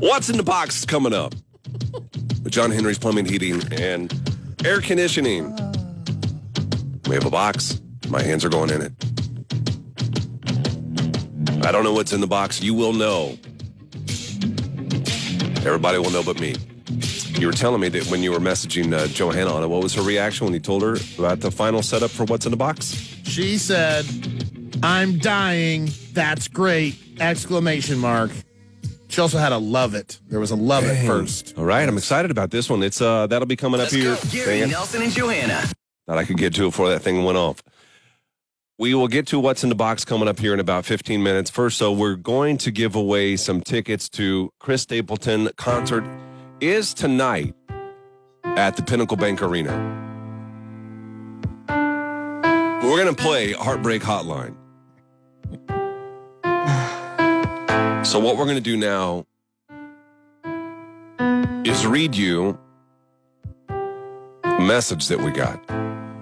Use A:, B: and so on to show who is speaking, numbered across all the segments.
A: What's in the box is coming up with John Henry's Plumbing, Heating, and Air Conditioning. We have a box. My hands are going in it. I don't know what's in the box. You will know. Everybody will know but me. You were telling me that when you were messaging uh, Johanna on it, what was her reaction when you told her about the final setup for what's in the box?
B: She said, I'm dying. That's great. Exclamation mark. She also had a love it. There was a love it first.
A: All right, I'm excited about this one. It's uh that'll be coming up here.
C: Gary,
A: Dang it.
C: Nelson, and Johanna.
A: that I could get to before that thing went off. We will get to what's in the box coming up here in about 15 minutes. First, so we're going to give away some tickets to Chris Stapleton concert is tonight at the Pinnacle Bank Arena. We're going to play Heartbreak Hotline. So what we're going to do now is read you a message that we got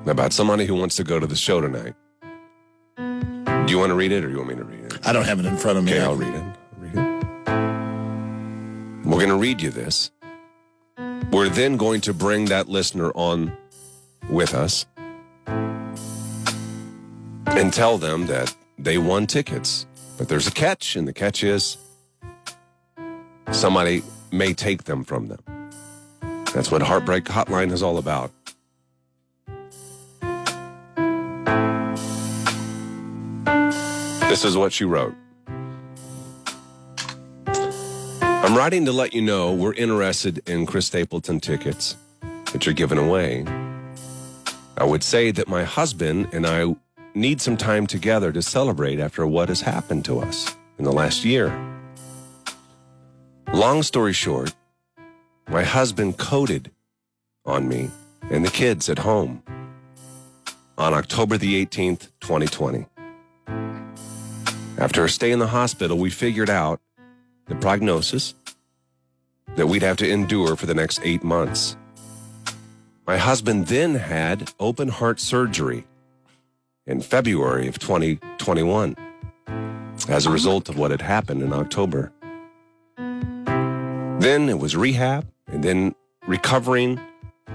A: about somebody who wants to go to the show tonight. Do you want to read it or you want me to read it?
B: I don't have it in front of me.
A: Okay, I'll read it. Read it. We're going to read you this. We're then going to bring that listener on with us and tell them that they won tickets. But there's a catch, and the catch is somebody may take them from them. That's what Heartbreak Hotline is all about. This is what she wrote. I'm writing to let you know we're interested in Chris Stapleton tickets that you're giving away. I would say that my husband and I need some time together to celebrate after what has happened to us in the last year. Long story short, my husband coded on me and the kids at home on October the 18th, 2020. After a stay in the hospital, we figured out the prognosis that we'd have to endure for the next eight months. My husband then had open heart surgery in February of 2021 as a result of what had happened in October. Then it was rehab and then recovering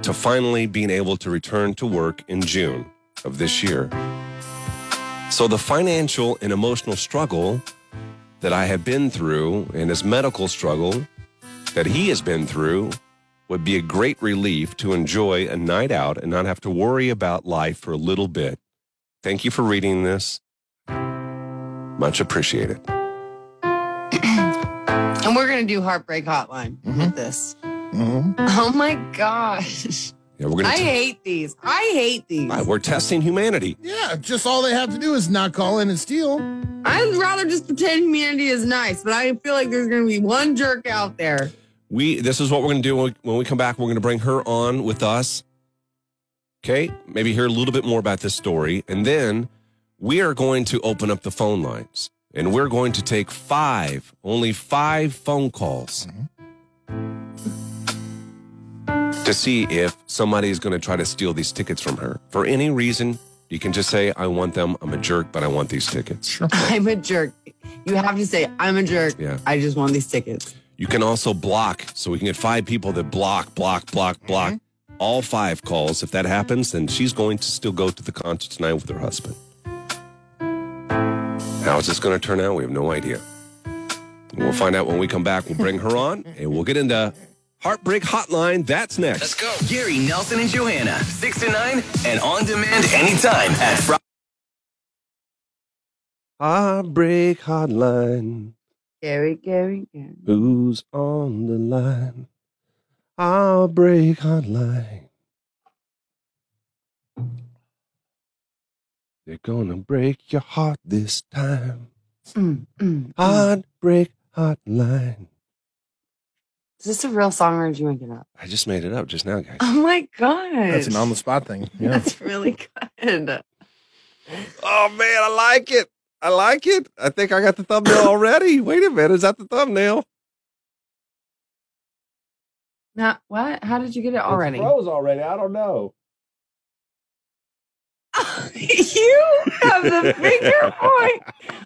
A: to finally being able to return to work in June of this year. So the financial and emotional struggle that I have been through and his medical struggle that he has been through would be a great relief to enjoy a night out and not have to worry about life for a little bit. Thank you for reading this. Much appreciated.
D: And we're going to do Heartbreak Hotline with this.
B: Mhm.
D: Oh my gosh.
A: Yeah, we're gonna.
D: I
A: t-
D: hate these. I hate these.
A: All right, we're testing humanity.
B: Yeah, just all they have to do is not call in and steal.
D: I'd rather just pretend humanity is nice, but I feel like there's going to be one jerk out there.
A: We. This is what we're gonna do when we, when we come back. We're gonna bring her on with us. Okay, maybe hear a little bit more about this story, and then we are going to open up the phone lines, and we're going to take five, only five phone calls. To see if somebody is going to try to steal these tickets from her for any reason, you can just say, "I want them. I'm a jerk, but I want these tickets."
B: Sure.
D: I'm a jerk. You have to say, I'm a jerk.
A: Yeah.
D: I just want these tickets.
A: You can also block. So we can get five people that block, block, block, block. All five calls. If that happens, then she's going to still go to the concert tonight with her husband. How is this going to turn out? We have no idea. We'll find out when we come back. We'll bring her on and we'll get into Heartbreak Hotline. That's next.
C: go. Gary, Nelson, and Johanna. 6 to 9 and on demand anytime at Fri-
A: Heartbreak Hotline.
D: Gary, Gary, Gary.
A: Who's on the line? Heartbreak Hotline. They're gonna break your heart this time.
D: Mm, mm,
A: Uh,
D: mm.
A: Heartbreak Hotline.
D: Is this a real song or did you make it up?
A: I just made it up just now, guys.
D: Oh my God.
B: That's an on the spot thing. Yeah.
D: That's really good.
A: Oh man, I like it. I like it. I think I got the thumbnail already. Wait a minute, is that the thumbnail?
D: Now, what? How did you get it already?
A: froze already. I don't know.
D: you have the finger point.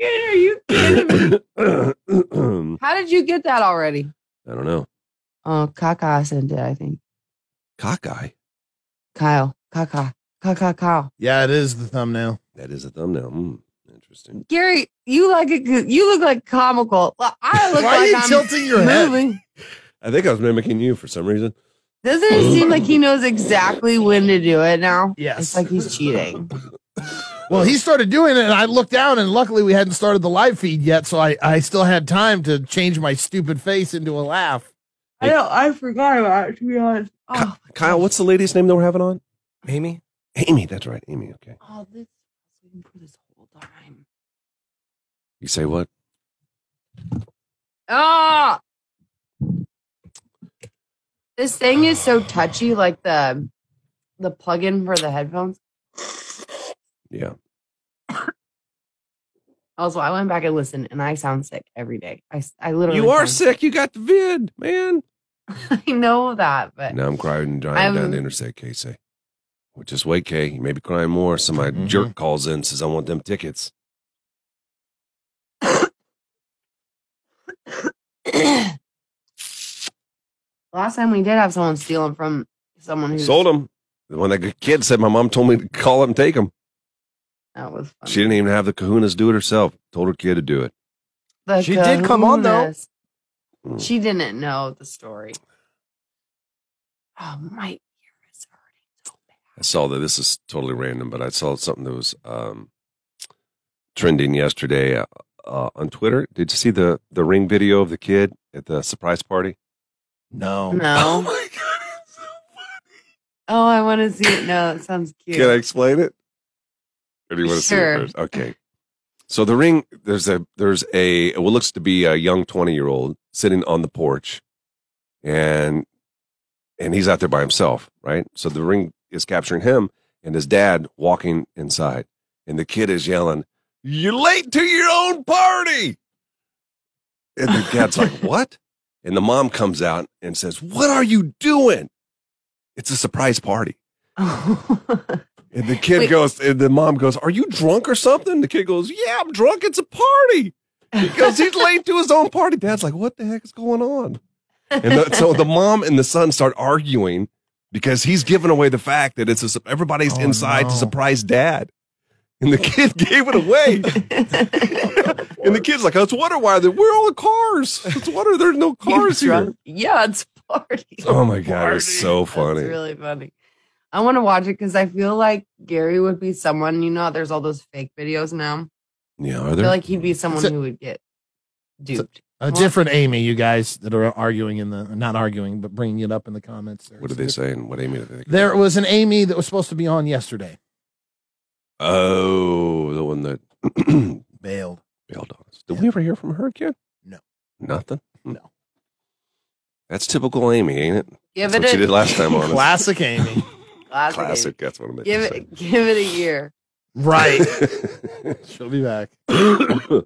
D: Are you kidding me?
A: I don't
D: How did you get that already?
A: know.
D: Oh, Kaka sent it, I think.
A: Cockeye.
D: Kyle. Kaka. Kaka Kyle.
B: Yeah, it is the thumbnail.
A: That is a thumbnail. Mm, interesting.
D: Gary, you like a good you look like comical. Well, I look
B: Why are
D: like
B: you
D: I'm
B: tilting your head?
D: moving.
A: I think I was mimicking you for some reason.
D: Doesn't it seem like he knows exactly when to do it now?
B: Yes.
D: It's like he's cheating.
B: Well, he started doing it, and I looked down, and luckily we hadn't started the live feed yet, so I, I still had time to change my stupid face into a laugh.
D: I know I forgot about it to be honest. Oh,
A: Kyle, what's the lady's name that we're having on? Amy? Amy, that's right. Amy, okay.
D: oh this been for this whole time.
A: You say what?
D: Ah, this thing is so touchy, like the the plug-in for the headphones.
A: Yeah.
D: Also, I went back and listened, and I sound sick every day. I s- I literally
A: You are
D: sound
A: sick. You got the vid, man.
D: I know that, but
A: Now I'm crying and driving
D: Uh, I'm-
A: down the interstate, Kay say. Well, just wait, Kay. You may be crying more. Somebody
D: Mm-hmm.
B: Mhm.
A: jerk calls in and says, I want them tickets.
D: last time we did have someone stealing from someone who
A: Sold them. The one that kid said, my mom told me to call up and take them.
D: That was fun.
A: She didn't even have the kahunas do it herself. Told her kid to do it.
D: The
B: She did come on, though.
D: kahunas. She didn't know the story. Oh, my ear is hurting so bad.
A: I saw that this is totally random, but I saw something that was um, trending yesterday uh, uh, on Twitter. Did you see the the ring video of the kid at the surprise party?
B: No.
A: Oh
D: No.
A: my god! It's so funny.
D: Oh, I want to see it. No, that sounds cute.
A: Can I explain it? Or do you want to
D: Sure.
A: see it first? Okay. So the ring there's a there's a what looks to be a young twenty year old sitting on the porch, and and he's out there by himself, right? So the ring is capturing him and his dad walking inside, and the kid is yelling, "You're late to your own party!" And the dad's like, "What?" And the mom comes out and says, "What are you doing?" It's a surprise party. And the kid
D: Wait.
A: goes, and the mom goes, Are you drunk or something? The kid goes, Yeah, I'm drunk. It's a party. Because he's late to his own party. Dad's like, What the heck is going on? And the, so the mom and the son start arguing because he's giving away the fact that it's a, sup- everybody's
B: Oh,
A: inside
B: no.
A: to surprise dad. And the kid gave it away. and the kid's like, I was wondering why they, where are all the cars? It's wonder there's no cars here.
D: drunk? Yeah, it's party.
A: Oh my God, it's
B: Party.
A: so funny.
D: That's really funny. I want to watch it because I feel like Gary would be someone, you know, how there's all those fake videos now.
A: yeah, are
D: I
A: there?
D: feel like he'd be someone
B: It's a-
D: who would get duped.
B: A different Amy, you guys that are arguing in the, not arguing, but bringing it up in the comments.
A: what are they saying? What Amy? Did they think?
B: There was an Amy that was supposed to be on yesterday.
A: Oh, the one that
B: Bailed.
A: bailed on us. Did we ever hear from her again?
B: No.
A: Nothing? Hmm.
B: No.
A: That's typical Amy, ain't it?
D: Give
A: That's
D: it
A: what she
D: a
A: did last time on us.
B: Classic Amy.
D: classic.
A: Classic. That's what I'm
D: Give it, give it a year.
B: right. She'll be back.
D: I'm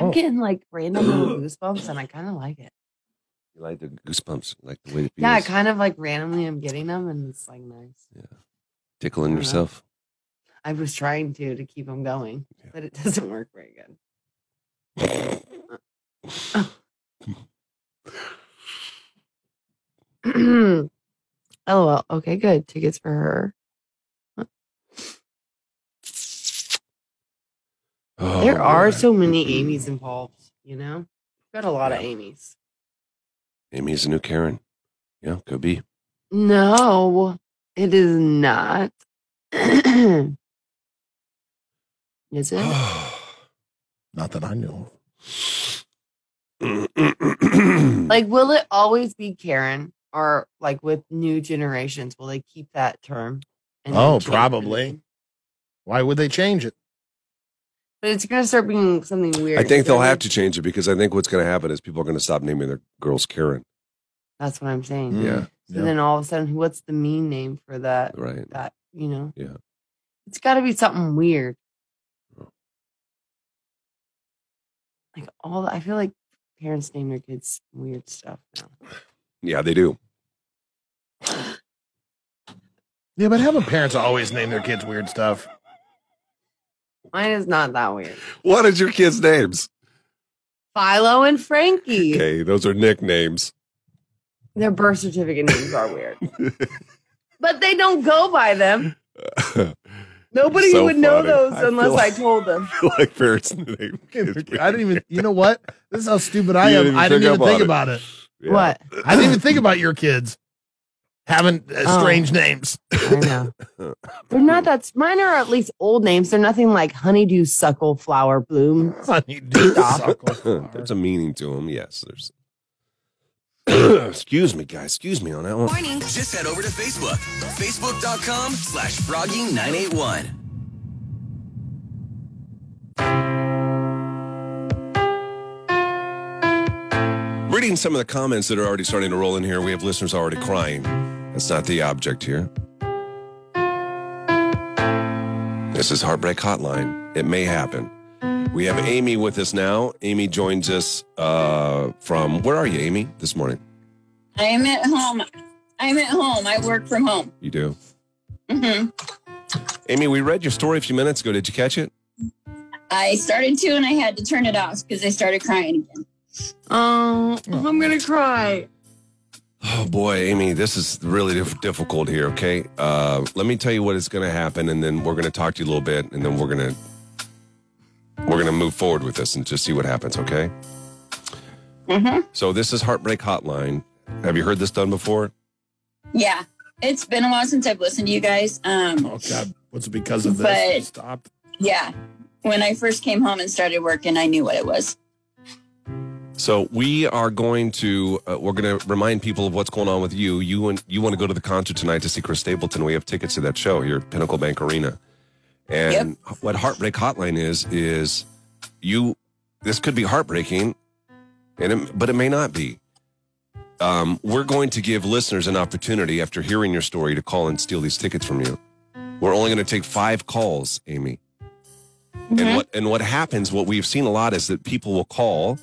B: Oh.
D: getting like random little goosebumps, and I kind of like it.
A: you like the goosebumps, like the way it
D: Yeah, I
A: feels,
D: kind of like randomly I'm getting them, and it's like nice.
A: tickling
D: I dunno.
A: yourself.
D: I was trying to to keep them going,
A: Yeah.
D: but it doesn't work very good. LOL. Okay, good. Tickets for her.
A: Oh, Mm-hmm.
D: there are
A: man.
D: so many Amy's involved, you know? Got a lot of Amy's.
A: Amy's a new Karen. Yeah, could be.
D: No, it is not. is it?
A: Um.
B: Not that I know.
D: Like, will it always be Karen? Or like with new generations, will they keep that term? and
B: Oh,
D: change
B: probably.
D: it?
B: Why would they change it?
D: But it's gonna start being something weird.
A: I think
D: It's
A: they'll
D: gonna
A: have
D: be-
A: to change it because I think what's going to happen is people are going to stop naming their girls Karen.
D: That's what I'm saying.
B: Mm,
A: Yeah.
D: So then all of a sudden, what's the mean name for that?
A: Right.
D: That you know?
A: Yeah.
D: It's got to be something weird.
A: Yeah.
D: Like all, I feel like parents name their kids weird stuff now.
A: Yeah, they do.
B: Yeah, but haven't parents always name their kids weird stuff?
D: Mine is not that weird.
A: What is your kids' names?
D: Philo and Frankie.
A: Okay, those are nicknames.
D: Their birth certificate names are weird. but they don't go by them. Nobody
A: So
D: would know
A: funny.
D: those
A: I feel
D: unless I
A: like-
D: told them.
A: like parents' name.
B: I didn't even. You know what? This is how stupid I
A: You
B: am.
A: didn't even
B: I didn't
A: pick
B: even
A: up
B: think
A: on it.
B: about it.
A: Yeah.
D: What?
B: I didn't even think about your kids having uh,
D: Oh.
B: strange names.
D: I know. They're not that. s- Mine are at least old names. They're nothing like honeydew, suckle, flower, bloom.
B: Honey, dude, suckle flower.
A: There's a meaning to them. Yes, there's. excuse me, guys. Excuse me on that one.
C: Just head over to Facebook. Facebook.com slash froggy981.
A: Reading some of the comments that are already starting to roll in here, we have listeners already crying. That's not the object here. This is Heartbreak Hotline. It may happen. We have Amy with us now. Amy joins us uh, from where are you, Amy? This morning,
E: I'm at home. I'm at home. I work from home.
A: you do.
E: hmm
A: Amy, we read your story a few minutes ago. Did you catch it?
E: I started to, and I had to turn it off because I started crying again.
D: Oh, I'm gonna cry.
A: Oh boy, Amy, this is really diff- difficult here. Okay, uh, let me tell you what is going to happen, and then we're going to talk to you a little bit, and then we're going to we're going to move forward with this and just see what happens. Okay.
E: Mhm.
A: So this is Heartbreak Hotline. Have you heard this done before?
E: Yeah, it's been a while since I've listened to you guys. Um,
B: Oh God, what's it because of this?
E: But-
B: It stopped.
E: yeah, when I first came home and started working, I knew what it was.
A: So we are going to uh, we're going to remind people of what's going on with you. You and you want to go to the concert tonight to see Chris Stapleton. We have tickets to that show here at Pinnacle Bank Arena. And what Heartbreak Hotline is is you this could be heartbreaking and it, but it may not be. Um, we're going to give listeners an opportunity after hearing your story to call and steal these tickets from you. We're only going to take 5 calls, Amy. And
E: Mhm.
A: what and what happens, what we've seen a lot is that people will call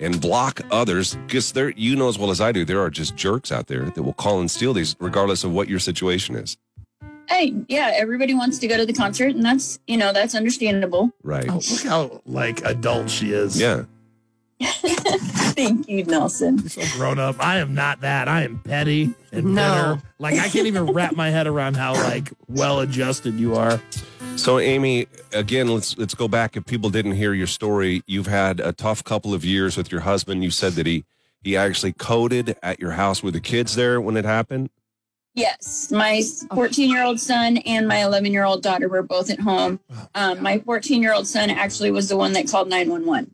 A: and block others because there you know as well as I do, there are just jerks out there that will call and steal these regardless of what your situation is.
E: Hey, yeah, everybody wants to go to the concert, and that's you know that's understandable.
A: Right.
B: Oh, look how like adult she is.
A: Yeah.
E: Thank you, Nelson.
B: She's so grown up. I am not that. I am petty and
D: No.
B: bitter. Like I can't even wrap my head around how like well adjusted you are.
A: So Amy, again, let's let's go back. If people didn't hear your story, you've had a tough couple of years with your husband. You said that he he actually coded at your house. Were the kids there when it happened?
E: Yes, my 14 year old son and my 11 year old daughter were both at home. Um, my 14 year old son actually was the one that called 911.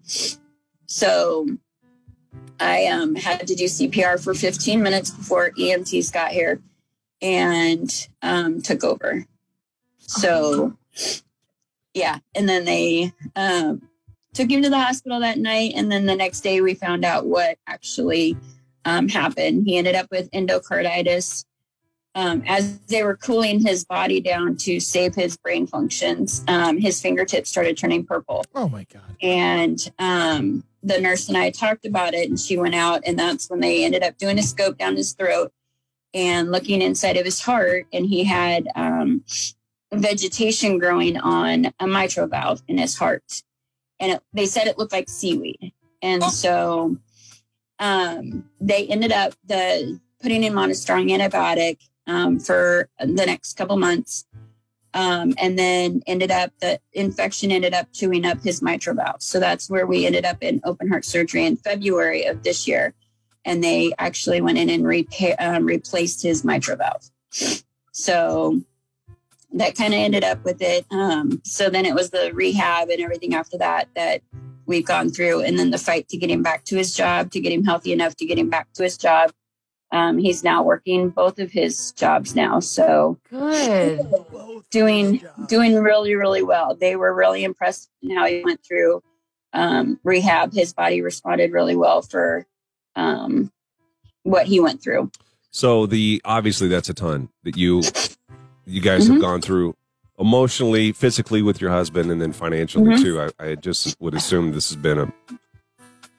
E: So I um, had to do CPR for 15 minutes before EMTs got here and um, took over. So, yeah. And then they um, took him to the hospital that night. And then the next day, we found out what actually um, happened. He ended up with endocarditis um, as they were cooling his body down to save his brain functions, um, his fingertips started turning purple.
B: Oh my God.
E: And um, the nurse and I talked about it, and she went out, and that's when they ended up doing a scope down his throat and looking inside of his heart. And he had um, vegetation growing on a mitral valve in his heart. And it, they said it looked like seaweed. And so um, they ended up the putting him on a strong antibiotic um, for the next couple months. Um, and then ended up the infection ended up chewing up his mitral valve. So that's where we ended up in open heart surgery in February of this year. And they actually went in and repair, um, replaced his mitral valve. So that kind of ended up with it. Um, so then it was the rehab and everything after that that we've gone through, and then the fight to get him back to his job, to get him healthy enough to get him back to his job. Um, he's now working both of his jobs now. So
D: Good.
E: doing doing really really well they were really impressed in how he went through um, rehab his body responded really well for um, what he went through
A: So the obviously that's a ton that you you guys
E: Mhm.
A: have gone through emotionally, physically with your husband, and then financially
E: Mhm.
A: too. I, I just would assume this has been a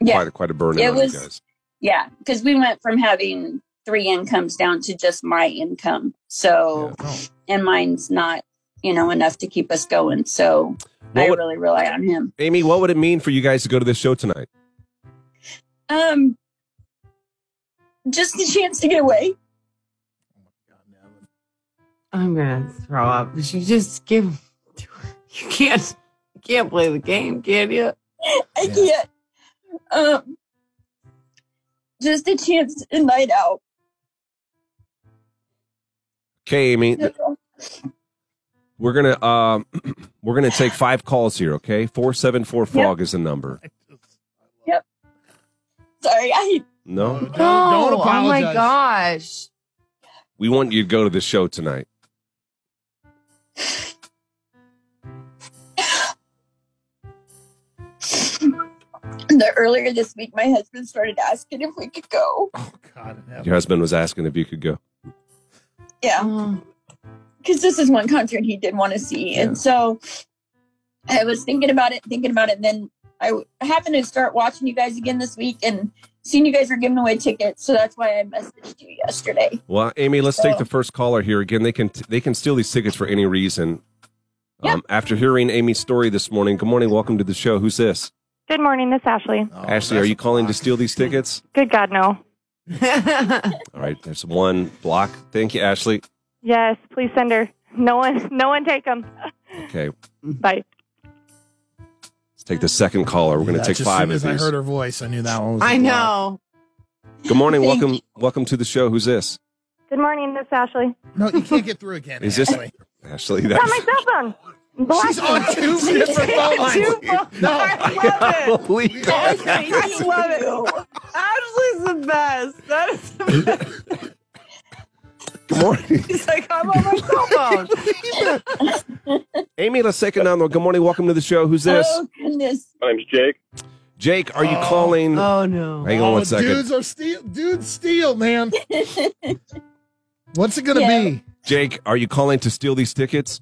E: Yeah.
A: quite a, quite a burden
E: It
A: on
E: was-
A: you guys.
E: yeah because we went from having three incomes down to just my income so
B: Oh.
E: and mine's not you know, enough to keep us going. So
A: What
E: I
A: would-
E: really rely on him.
A: Amy, what would it mean for you guys to go to this show tonight?
E: Um, just the chance to get away.
D: I'm gonna throw up. Did you just give? You can't. You can't play the game, can you?
E: I
F: Yeah.
E: can't. Um, just a chance to night out.
A: Okay, Amy, we're gonna um, we're gonna take five calls here. Okay, four seven four frog is the number.
E: Sorry, I
A: No,
F: Don't, don't
D: oh my
F: apologize.
D: gosh.
A: we want you to go to the show tonight.
E: the earlier this week my husband started asking if we could go.
F: Oh, God. in heaven.
A: Your husband was asking if you could go.
E: Yeah,
D: Oh,
E: because this is one concert he did want to see,
A: Yeah.
E: and so I was thinking about it, thinking about it, and then I w- happened to start watching you guys again this week and seeing you guys were giving away tickets, so that's why I messaged you yesterday.
A: Well, Amy, let's take the first caller here again. They can they can steal these tickets for any reason.
E: Yeah.
A: Um, after hearing Amy's story this morning, good morning, welcome to the show. Who's this?
G: Good morning, this is Ashley.
F: Oh,
A: Ashley,
F: that's
A: are you
F: a
A: calling to
F: block.
A: steal these tickets?
G: Good God, no.
A: All right, there's one block. Thank you, Ashley.
G: Yes, please send her. No one, no one take them.
A: Okay, let's
G: Bye.
A: take the second caller. We're going to
F: Yeah,
A: take
F: just
A: five
F: soon
A: of
F: as
A: these.
F: I heard her voice, I knew that one was. a
D: I
F: block.
D: know.
A: Good morning,
E: Thank
A: welcome, welcome to the show. Who's this?
G: Good morning, this is Ashley.
F: No, you can't get through again.
A: Is this-
F: Ashley.
A: Ashley,
G: It's on my
A: that's.
G: cell phone. Black
F: She's on
G: phone.
F: Oh, two different
A: Oh
F: phone lines.
D: I
A: I
D: love
A: don't believe that.
D: it. love it. Ashley's the best. That is the best.
A: Good morning,
D: She's like, I'm on my cell phone.
A: Amy. Let's take another. one. Good morning, welcome to the show. Who's this?
E: Oh goodness!
H: My name's Jake.
A: Jake, are you
F: Oh.
A: calling?
D: Oh no.
A: Hang on
F: All
A: one
F: the
A: second.
F: Dudes are steal. Dudes steal, man. What's it gonna
E: Yeah.
F: be?
A: Jake, are you calling to steal these tickets?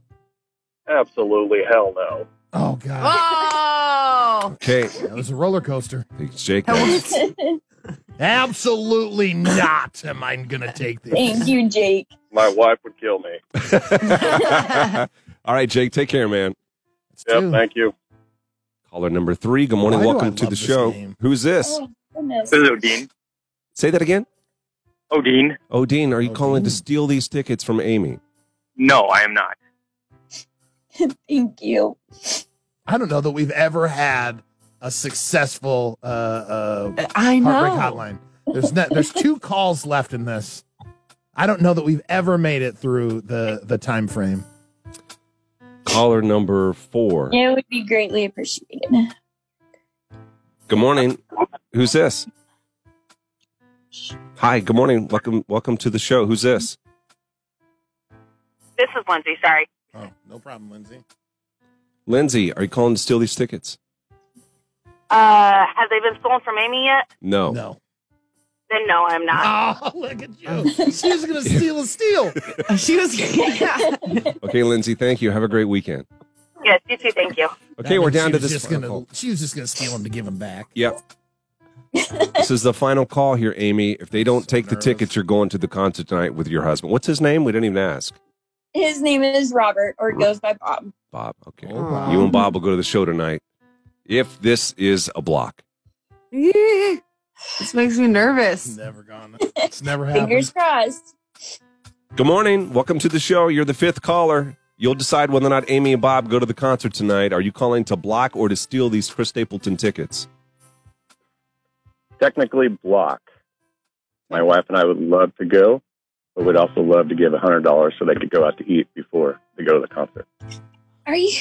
H: Absolutely, hell no.
F: Oh God,
D: Oh.
A: Okay,
F: that was a roller coaster.
A: thanks, Jake.
D: That was-
F: Absolutely not. Am I gonna take
E: Thank
F: these?
E: you, Jake.
H: My wife would kill me.
A: All right, Jake, take care, man.
F: It's
H: Yep,
F: two.
H: thank you.
A: Caller number three. Good morning,
F: Why do I
A: welcome to
F: love
A: the
F: this
A: show.
F: name?
A: Who's this?
E: Oh goodness!
H: This is Odin.
A: Say that again.
H: Odin?
A: Odin, are you calling to
F: Odin.
A: steal these tickets from Amy?
H: No, I am not.
E: Thank you.
F: I don't know that we've ever had a successful uh, uh,
D: I
F: heartbreak
D: know.
F: hotline. There's not, there's two calls left in this. I don't know that we've ever made it through the the time frame.
A: Caller number four.
E: It would be greatly appreciated.
A: Good morning. Who's this? Hi. Good morning. Welcome. Welcome to the show. Who's this?
G: This is Lindsay. Sorry.
F: Oh, no problem, Lindsay.
A: Lindsay, are you calling to steal these tickets?
G: Uh, have they been stolen from Amy yet?
A: No.
F: No.
G: Then no, I'm not.
F: Oh, look at you. She's gonna steal a steal.
D: She was. Yeah.
A: Okay, Lindsay. Thank you. Have a great weekend.
G: Yes, you too. Thank you.
A: Okay,
F: That
A: we're
F: means
A: down
F: she
A: to
F: was
A: this
F: Just
A: final
F: gonna,
A: call.
F: She was just gonna steal them to give them back.
A: Yep. this is the final call here, Amy. If they don't
F: So
A: take
F: nervous.
A: the tickets, you're going to the concert tonight with your husband. What's his name? We didn't even ask.
E: His name is Robert, or goes by Bob.
A: Bob. Okay.
F: Oh, wow.
A: You and Bob will go to the show tonight. If this is a block.
D: this makes me nervous.
F: Never gone. It's never
E: Fingers
F: happened.
E: crossed.
A: Good morning. Welcome to the show. You're the fifth caller. You'll decide whether or not Amy and Bob go to the concert tonight. Are you calling to block or to steal these Chris Stapleton tickets?
H: Technically, block. My wife and I would love to go, but would also love to give $100 so they could go out to eat before they go to the concert.
E: Are you?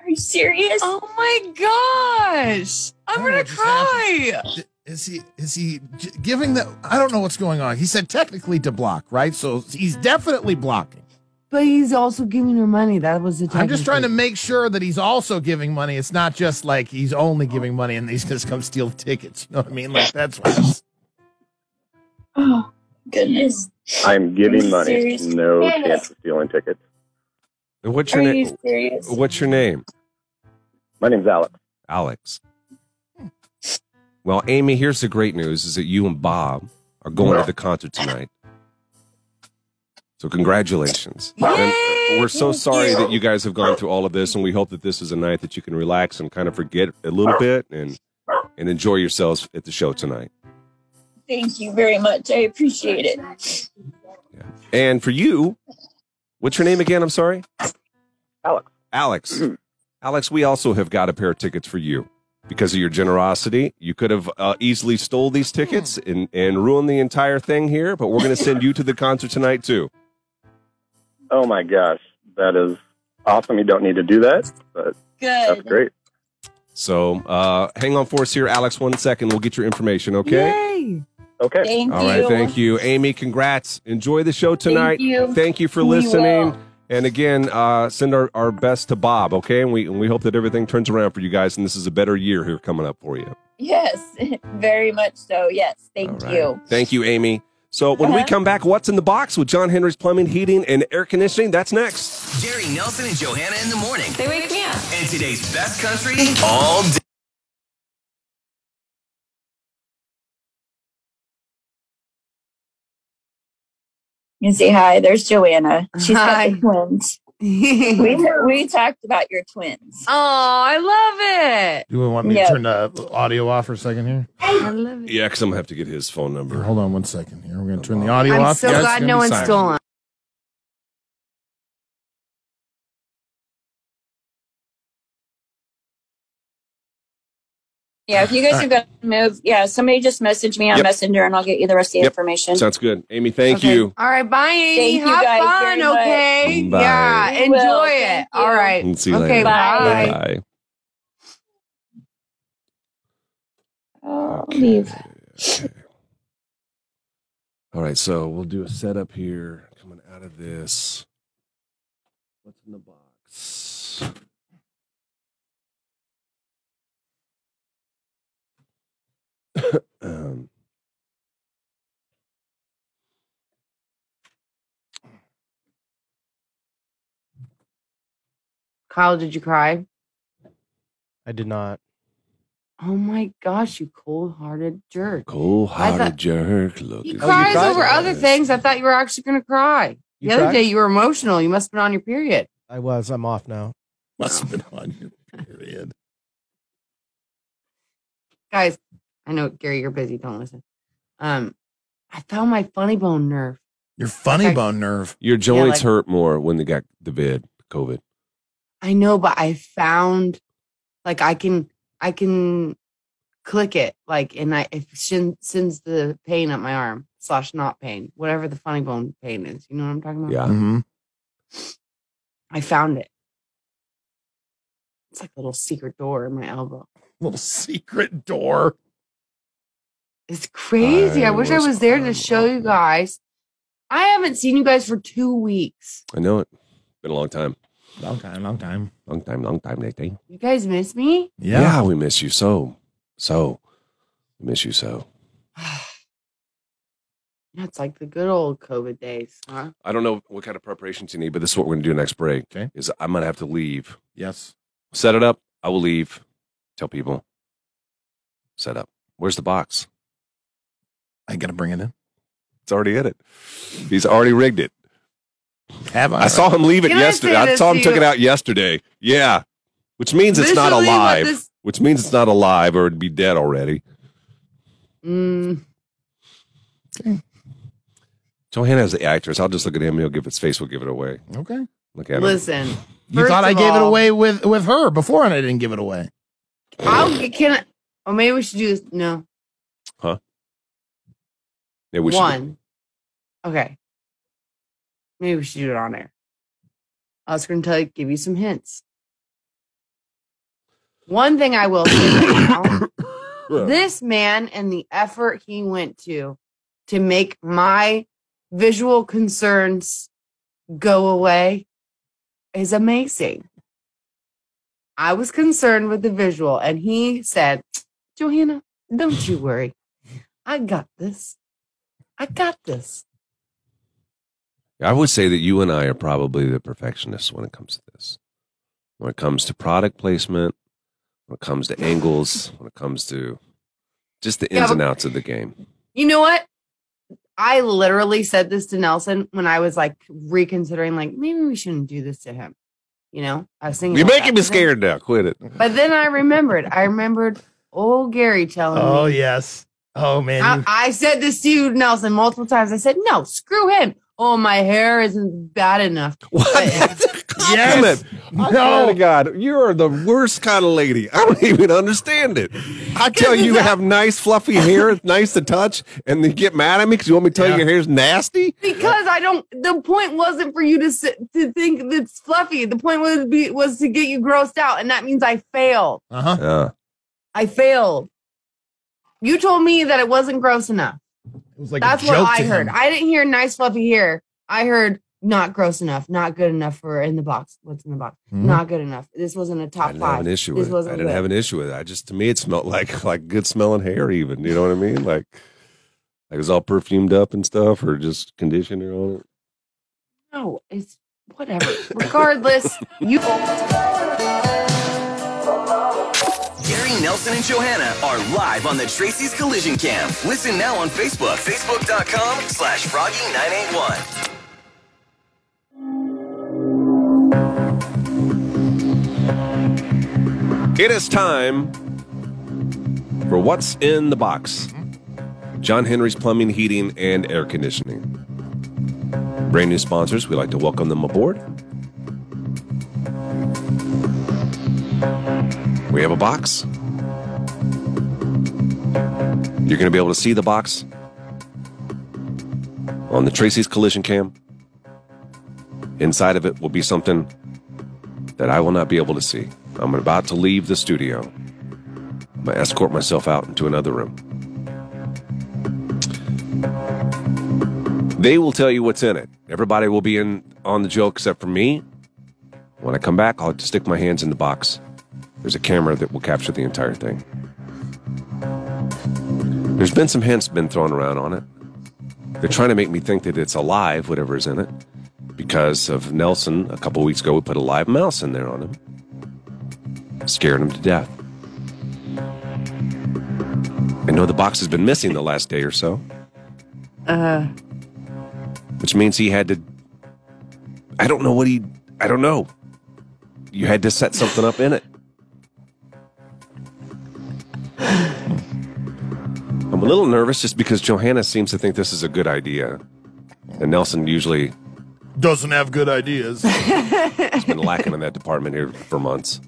E: Are you serious?
D: Oh my gosh!
F: I
D: I'm
F: don't know
D: gonna
F: what just happened.
D: cry.
F: Is he is he j- giving the? I don't know what's going on. He said technically to block, right? So he's definitely blocking.
D: But he's also giving her money. That was the.
F: I'm just
D: technical-
F: trying to make sure that he's also giving money. It's not just like he's only giving money and he's just come steal tickets. You know what I mean? Like that's what. I'm-
E: Oh goodness!
H: I'm
E: Are
H: giving
E: you
H: money.
E: serious?
H: No chance of stealing tickets.
A: And what's
E: Are
A: your
E: you
A: name?
E: serious?
A: What's your name?
H: My name's Alex.
A: Alex. Well, Amy, here's the great news is that you and Bob are going to the concert tonight. So congratulations. And we're so
E: Thank
A: sorry
E: you.
A: that you guys have gone through all of this, and we hope that this is a night that you can relax and kind of forget a little bit and and enjoy yourselves at the show tonight.
E: Thank you very much. I appreciate it.
A: And for you, what's your name again? I'm sorry.
H: Alex.
A: Alex. Alex, we also have got a pair of tickets for you because of your generosity. You could have uh, easily stole these tickets and, and ruined the entire thing here, but we're going to send you to the concert tonight too.
H: Oh my gosh, that is awesome. You don't need to do that, but that's
E: Good.
H: great.
A: So uh, hang on for us here, Alex. One second, we'll get your information. Okay.
D: Yay.
H: Okay.
E: Thank
A: All
E: you.
A: right. Thank you, Amy. Congrats. Enjoy the show tonight.
E: you.
A: for
E: We
A: listening.
E: will.
A: And again, uh, send our, our best to Bob, okay? And we and we hope that everything turns around for you guys, and this is a better year here coming up for you.
E: Yes, very much so. Yes.
A: All
E: Thank
A: right.
E: you.
A: Thank you, Amy. So when we
E: Uh-huh.
A: come back, what's in the box with John Henry's Plumbing, Heating, and Air Conditioning? That's next.
C: Jerry Nelson and Johanna in the morning.
I: They wake me up.
C: And today's best country all day.
E: You can say hi. There's Joanna. She's got
D: Hi.
E: the twins. We, we talked about your twins.
I: Oh, I love it.
B: Do we want me
E: Yeah.
B: to turn the audio off for a second here?
I: I love it.
A: Yeah, because I'm gonna have to get his phone number.
B: Hold on one second here. We're going to turn the audio
D: I'm
B: off.
D: so
B: Yeah, it's
D: glad
B: gonna
D: no
B: be
D: one
B: silent.
D: stole them.
E: Yeah, if you guys have got to move, yeah, somebody just message me on
A: Yep.
E: Messenger and I'll get you the rest of the
A: Yep.
E: information.
A: Sounds good, Amy. Thank
D: Okay.
A: you.
D: All right, bye, Amy.
E: Thank you
D: Have
E: guys
D: fun,
E: very much.
D: okay?
A: Bye.
D: Yeah,
E: We
D: enjoy
E: will.
D: it.
E: Thank you.
D: All right.
A: See you
D: okay,
A: later.
E: Bye.
D: bye.
A: Bye.
E: Oh, leave.
A: Okay. All right, so we'll do a setup here. Coming out of this, what's in the box? um,
D: Kyle, did you cry?
J: I did not.
D: Oh my gosh, you cold hearted jerk. I
A: cold-hearted
D: thought-
A: jerk. Look,
D: He
A: at
D: cries
J: Oh, cried?
D: over other things. I thought you were actually going to cry.
J: You
D: the other
J: cried?
D: day you were emotional. You must have been on your period.
J: I was. I'm off now.
B: Must have been on your period.
D: Guys, I know, Gary, you're busy. Don't listen. Um, I found my funny bone nerve.
B: Your funny
D: Okay.
B: bone nerve.
A: Your joints
D: like-
A: hurt more when they got the vid, COVID.
D: I know, but I found like I can I can click it like and I it shin, sends the pain up my arm slash not pain whatever the funny bone pain is. You know what I'm talking about?
A: Yeah.
B: Mm-hmm.
D: I found it. It's like a little secret door in my elbow.
B: Little secret door.
D: It's crazy. I,
A: I
D: wish I
A: was
D: was there to show you
A: unwelcome.
D: guys. I haven't seen you guys for two weeks.
A: I know it. Been a long time.
B: Long time, long time.
A: Long time, long time, Nate. Yeah.
D: You guys miss me?
B: Yeah.
A: we miss you so. So. We miss you so.
D: That's like the good old COVID days, huh?
A: I don't know what kind of preparations you need, but this is what we're gonna do next break.
B: Okay.
A: Is I'm gonna have to leave.
B: Yes.
A: Set it up. I will leave. Tell people. Set up. Where's the box?
B: I got to bring it in.
A: It's already in it. He's already rigged it.
B: Have
A: I saw him leave it
D: Can I say
A: yesterday. I
D: this
A: saw
D: to
A: him took
D: you?
A: it out yesterday. Yeah. Which means it's not
D: Visually what
A: alive.
D: this-
A: Which means it's not alive or it'd be dead already.
D: Mm,
A: Johanna is the actress. I'll just look at him. He'll give its face. We'll give it away.
B: Okay.
A: Look at him.
D: listen,
B: You
D: First
B: thought I
D: of
B: gave it
D: all-
B: away with with her before, and I didn't give it away.
D: I'll get- can I? Oh, maybe we should do this. No,
A: Yeah, we should-
D: one. Okay, maybe we should do it on air. I was going to tell you, give you some hints. One thing I will say right now: this man and the effort he went to to make my visual concerns go away is amazing. I was concerned with the visual, and he said, Johanna, don't you worry. I got this. I got this.
A: I would say that you and I are probably the perfectionists when it comes to this. When it comes to product placement, when it comes to angles, when it comes to just the
D: Yeah,
A: ins
D: but-
A: and outs of the game.
D: You know what? I literally said this to Nelson when I was like reconsidering, like maybe we shouldn't do this to him. You know, I was thinking
A: You're
D: about
A: making
D: that
A: me
D: to him.
A: scared now. Quit it.
D: But then I remembered. I remembered old Gary telling
J: Oh
D: me.
J: yes. Oh man.
D: I,
J: you-
D: I said this to you, Nelson multiple times. I said, "No, screw him." Oh, my hair isn't bad enough. But-
A: Yes. I swear to God, you are the worst kind of lady. I don't even understand it. I tell you, you have nice fluffy hair, it's nice to touch, and then get mad at me because you want me to tell you your hair's nasty.
D: because I don't. The point wasn't for you to sit, to think that's fluffy. The point was be was to get you grossed out, and that means I failed.
B: Uh huh.
A: Yeah.
D: I failed. You told me that it wasn't gross enough.
B: It was like
D: That's
B: a
D: what
B: joke
D: I
B: to
D: heard.
B: him.
D: I didn't hear nice fluffy hair. I heard not gross enough, not good enough for in the box. What's in the box?
B: Mhm.
D: Not good enough. This wasn't a
A: I
D: top
A: didn't have
D: five.
A: an issue
D: This
A: with it. I
D: wasn't
A: didn't
D: good.
A: have an issue with it. I just to me it smelled like like good smelling hair, even. You know what I mean? Like like it was all perfumed up and stuff, or just conditioner on it.
D: No, it's whatever. Regardless, you.
C: Gary Nelson and Johanna are live on the Tracy's Collision Cam. Listen now on Facebook. Facebook.com slash Froggy981.
A: It is time for what's in the box. John Henry's Plumbing, Heating, and Air Conditioning. Brand new sponsors. We'd like to welcome them aboard. We have a box. You're going to be able to see the box on the Tracy's Collision Cam. Inside of it will be something that I will not be able to see. I'm about to leave the studio. I'm going to escort myself out into another room. They will tell you what's in it. Everybody will be in on the joke except for me. When I come back, I'll just stick my hands in the box. There's a camera that will capture the entire thing. There's been some hints been thrown around on it. They're trying to make me think that it's alive, whatever's in it because of Nelson. A couple weeks ago, we put a live mouse in there on him, scared him to death. I know the box has been missing the last day or so,
D: Uh,
A: which means he had to. I don't know what he. I don't know. You had to set something up in it. I'm a little nervous just because Johanna seems to think this is a good idea. And Nelson usually
B: Doesn't have good ideas.
A: been lacking in that department here for months.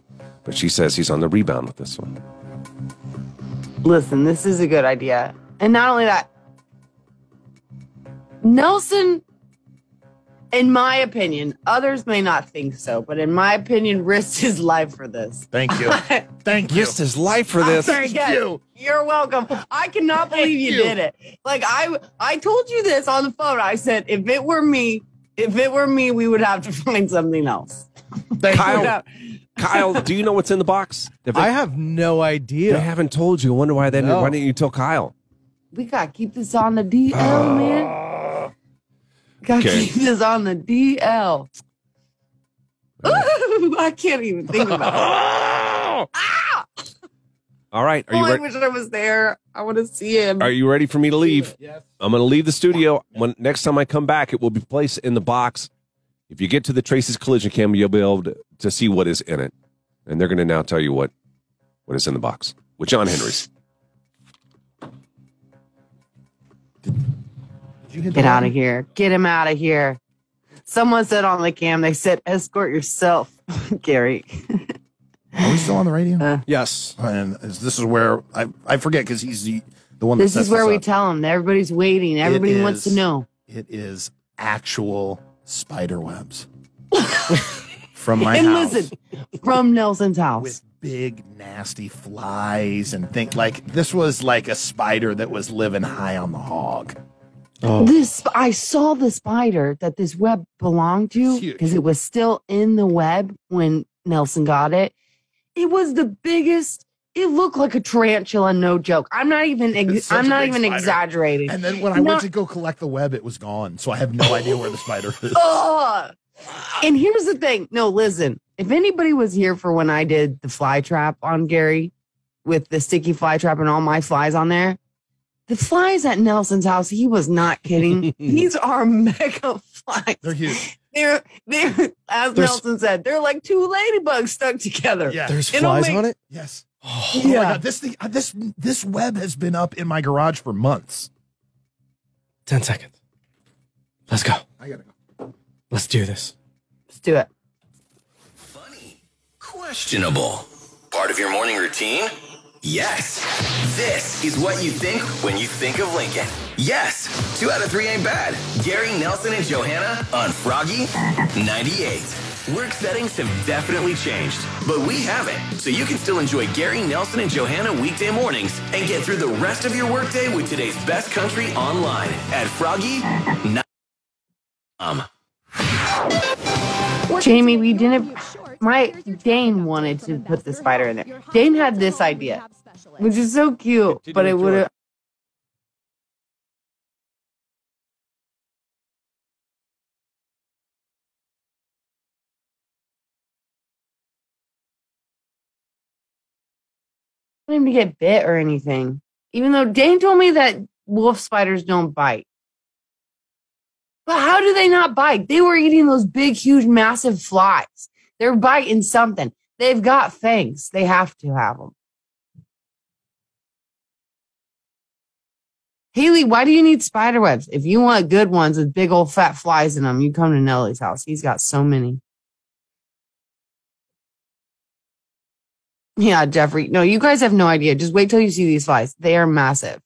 A: But she says he's on the rebound with this one.
D: listen, this is a good idea. And not only that, Nelson, in my opinion, others may not think so, but in my opinion, risked his life for this.
B: Thank you. Thank you.
A: Risked his life for
D: I
A: this.
B: Thank
D: forget.
B: you.
D: You're welcome. I cannot believe you,
B: you.
D: did it. Like I, I told you this on the phone. I said, if it were me, if it were me, we would have to find something else.
B: Thank
A: Kyle,
B: you.
A: Kyle, do you know what's in the box? If they,
J: I have no
A: they
J: idea.
A: haven't told you. I wonder why they didn't.
J: No.
A: Why didn't you tell Kyle?
D: We gotta keep this on the DL,
B: Ah.
D: man. Gotta
A: Okay.
D: keep this on the DL. Ooh, I can't even think about it.
A: All right. Are
D: oh,
A: you
D: I
A: ready?
D: wish I was there. I want to see him.
A: Are you ready for me to leave?
J: Yes.
A: I'm going to leave the studio. When next time I come back, it will be placed in the box. If you get to the Tracy's Collision Cam, you'll be able to, to see what is in it, and they're going to now tell you what what is in the box with John Henry's.
D: Get out of here. Get him out of here. Someone said on the cam, they said, escort yourself, Gary.
B: Are we still on the radio?
J: Yes.
B: and is- this is where I, I forget because he's the, the one.
D: This
B: that
D: is
B: sets
D: where
B: us
D: we
B: up.
D: tell him. Everybody's waiting. Everybody wants to
B: is.
D: know.
B: it is actual spider webs from my
D: and
B: house
D: listen, from Nelson's house.
B: with big nasty flies and think like this was like a spider that was living high on the hog.
D: This I saw the spider that this web belonged to
B: Huge.
D: because it was still in the web when Nelson got it. It was the biggest. It looked like a tarantula, no joke. I'm not even.
B: It's
D: Ex-
B: such
D: I'm
B: a
D: not
B: big
D: even
B: spider.
D: exaggerating.
B: And then when I
D: Not-
B: went to go collect the web, it was gone. So I have no idea where the spider is.
D: Ugh. And here's the thing. No, listen. If anybody was here for when I did the fly trap on Gary with the sticky fly trap and all my flies on there, The flies at Nelson's house, he was not kidding. These are mega flies.
B: They're huge.
D: They're, they're as
J: There's-
D: Nelson said, they're like two ladybugs stuck together.
B: Yeah.
J: There's
D: It'll
J: flies
D: make-
J: on it.
B: Yes.
J: Oh,
B: Oh my
D: Yeah.
B: God, this thing, uh, this this web has been up in my garage for months.
J: 10 seconds. Let's go.
B: I gotta go.
J: Let's do this.
D: Let's do it.
C: Funny. Questionable. Part of your morning routine? Yes. This is what you think when you think of Lincoln. Yes. Two out of three ain't bad. Gary Nelson and Johanna on Froggy 98. Work settings have definitely changed, but we haven't. So you can still enjoy Gary Nelson and Johanna weekday mornings and get through the rest of your workday with today's best country online at Froggy 9. Um.
D: Jamie, we didn't. My Dane wanted to put the spider in there. Dane had this idea, which is so cute, but it would have. want him to get bit or anything. Even though Dane told me that wolf spiders don't bite. But how do they not bite? They were eating those big, huge, massive flies. They're biting something. They've got fangs. They have to have them. Haley, why do you need spider webs? If you want good ones with big old fat flies in them, you come to Nelly's house. He's got so many. Yeah, Jeffrey. No, you guys have no idea. Just wait till you see these flies. They are massive.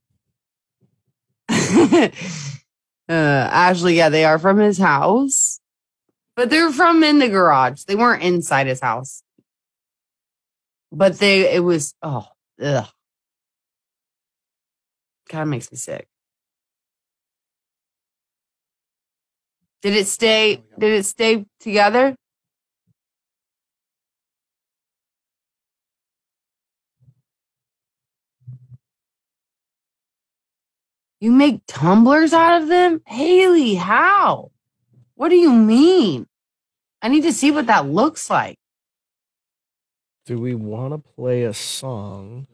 D: uh, Ashley, yeah, they are from his house, but they're from in the garage. They weren't inside his house. But they, it was, oh, ugh. Kind of makes me sick. Did it stay? Did it stay together? You make tumblers out of them? Haley, how? What do you mean? I need to see what that looks like.
J: Do we want to play a song?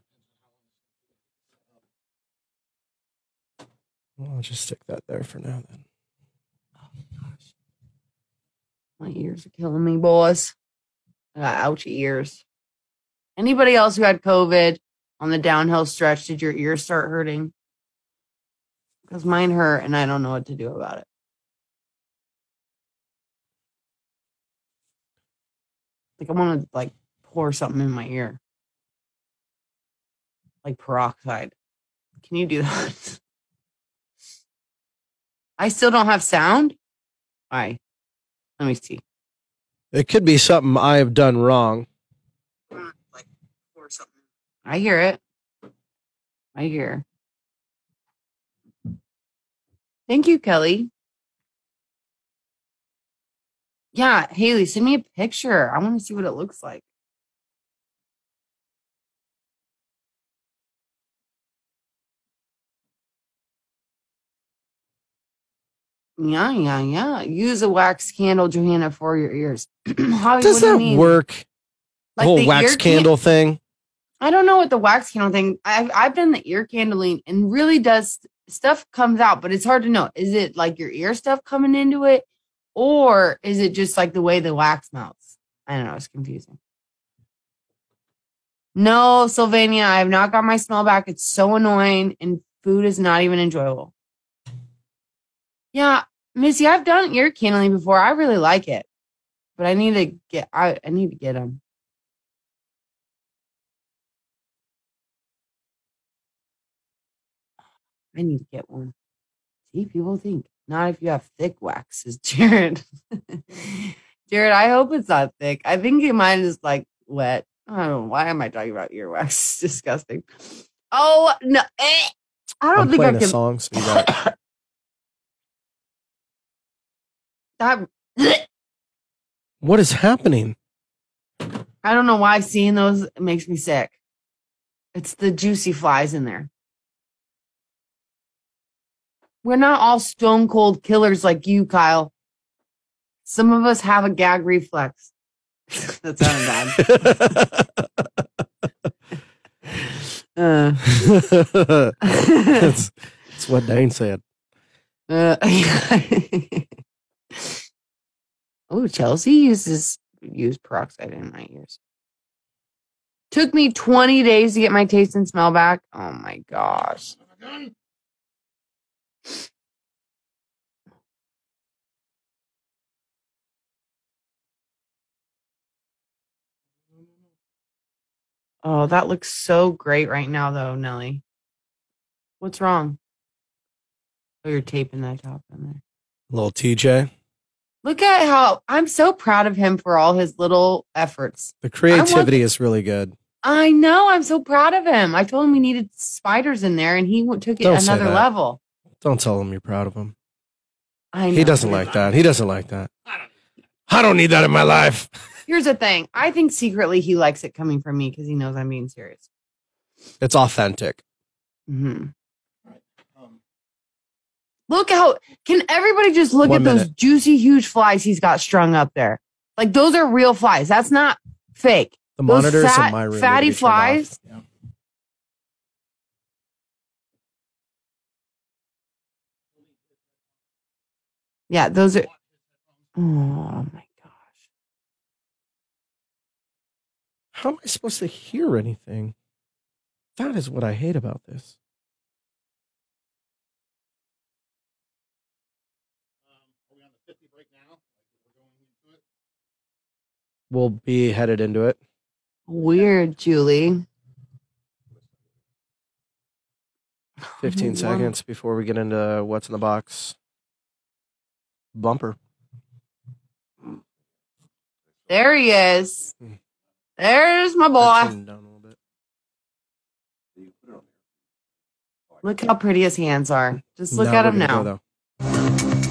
J: Well, I'll just stick that there for now then.
D: My ears are killing me, boys. I got ouchy ears. Anybody else who had COVID on the downhill stretch, did your ears start hurting? Because mine hurt and I don't know what to do about it. Like I want to like pour something in my ear. Like peroxide. Can you do that? I still don't have sound? All right. Let me see.
J: It could be something I have done wrong.
D: like or something. I hear it. I hear. Thank you, Kelly. Yeah, Haley, send me a picture. I want to see what it looks like. Yeah, yeah, yeah. Use a wax candle, Johanna, for your ears. How
J: Does that work? the whole
D: the
J: wax
D: ear can-
J: candle thing?
D: I don't know what the wax candle thing. I've I've done the ear candling and really does stuff comes out, but it's hard to know. Is it like your ear stuff coming into it, or is it just like the way the wax melts? I don't know. It's confusing. No, Sylvania, I have not got my smell back. It's so annoying, and food is not even enjoyable. Yeah, Missy, I've done ear candling before. I really like it, but I need to get I, I need to get them. I need to get one. See, people think not if you have thick waxes, Jared. Jared, I hope it's not thick. I think it mine is like wet. I don't know. Why am I talking about earwax? It's disgusting. Oh no! eh. I don't
J: I'm
D: think I
J: playing a
D: can.
J: song. So you got
D: That
J: what is happening?
D: I don't know why seeing those makes me sick. It's the juicy flies in there. We're not all stone cold killers like you, Kyle. Some of us have a gag reflex. that sounded bad. Uh,
J: that's, that's what Dane said.
D: uh, oh, Chelsea uses used peroxide in my ears. Took me 20 days to get my taste and smell back. Oh my gosh. Oh, that looks so great right now, though, Nelly. What's wrong? Oh, you're taping that top on there.
J: Little TJ,
D: Look at how I'm so proud of him for all his little efforts.
J: the creativity is really good.
D: I know. I'm so proud of him. I told him we needed spiders in there, and he w- took it
J: Don't say
D: another
J: that.
D: level.
J: Don't tell him you're proud of him.
D: I know.
J: He doesn't like that. He doesn't like that. I don't need that in my life.
D: Here's the thing. I think secretly he likes it coming from me because he knows I'm being serious.
J: It's authentic.
D: hmm Look how can everybody just look
J: One
D: at those
J: minute.
D: juicy, huge flies he's got strung up there? Like those are real flies. That's not fake.
J: The
D: Those
J: monitors
D: fat-
J: in my room. need to
D: fatty
J: be turned off.
D: flies. Yeah, those are. Oh my gosh!
J: How am I supposed to hear anything? That is what I hate about this. We'll be headed into it.
D: Weird, Julie. Oh,
J: 15
D: Wow.
J: seconds before we get into what's in the box. Bumper.
D: There he is. There's my
J: Hmm. That
D: boy.
J: turned down a little bit.
D: Look how pretty his hands are. Just look
J: Now
D: at
J: we're
D: him now.
J: gonna go, though.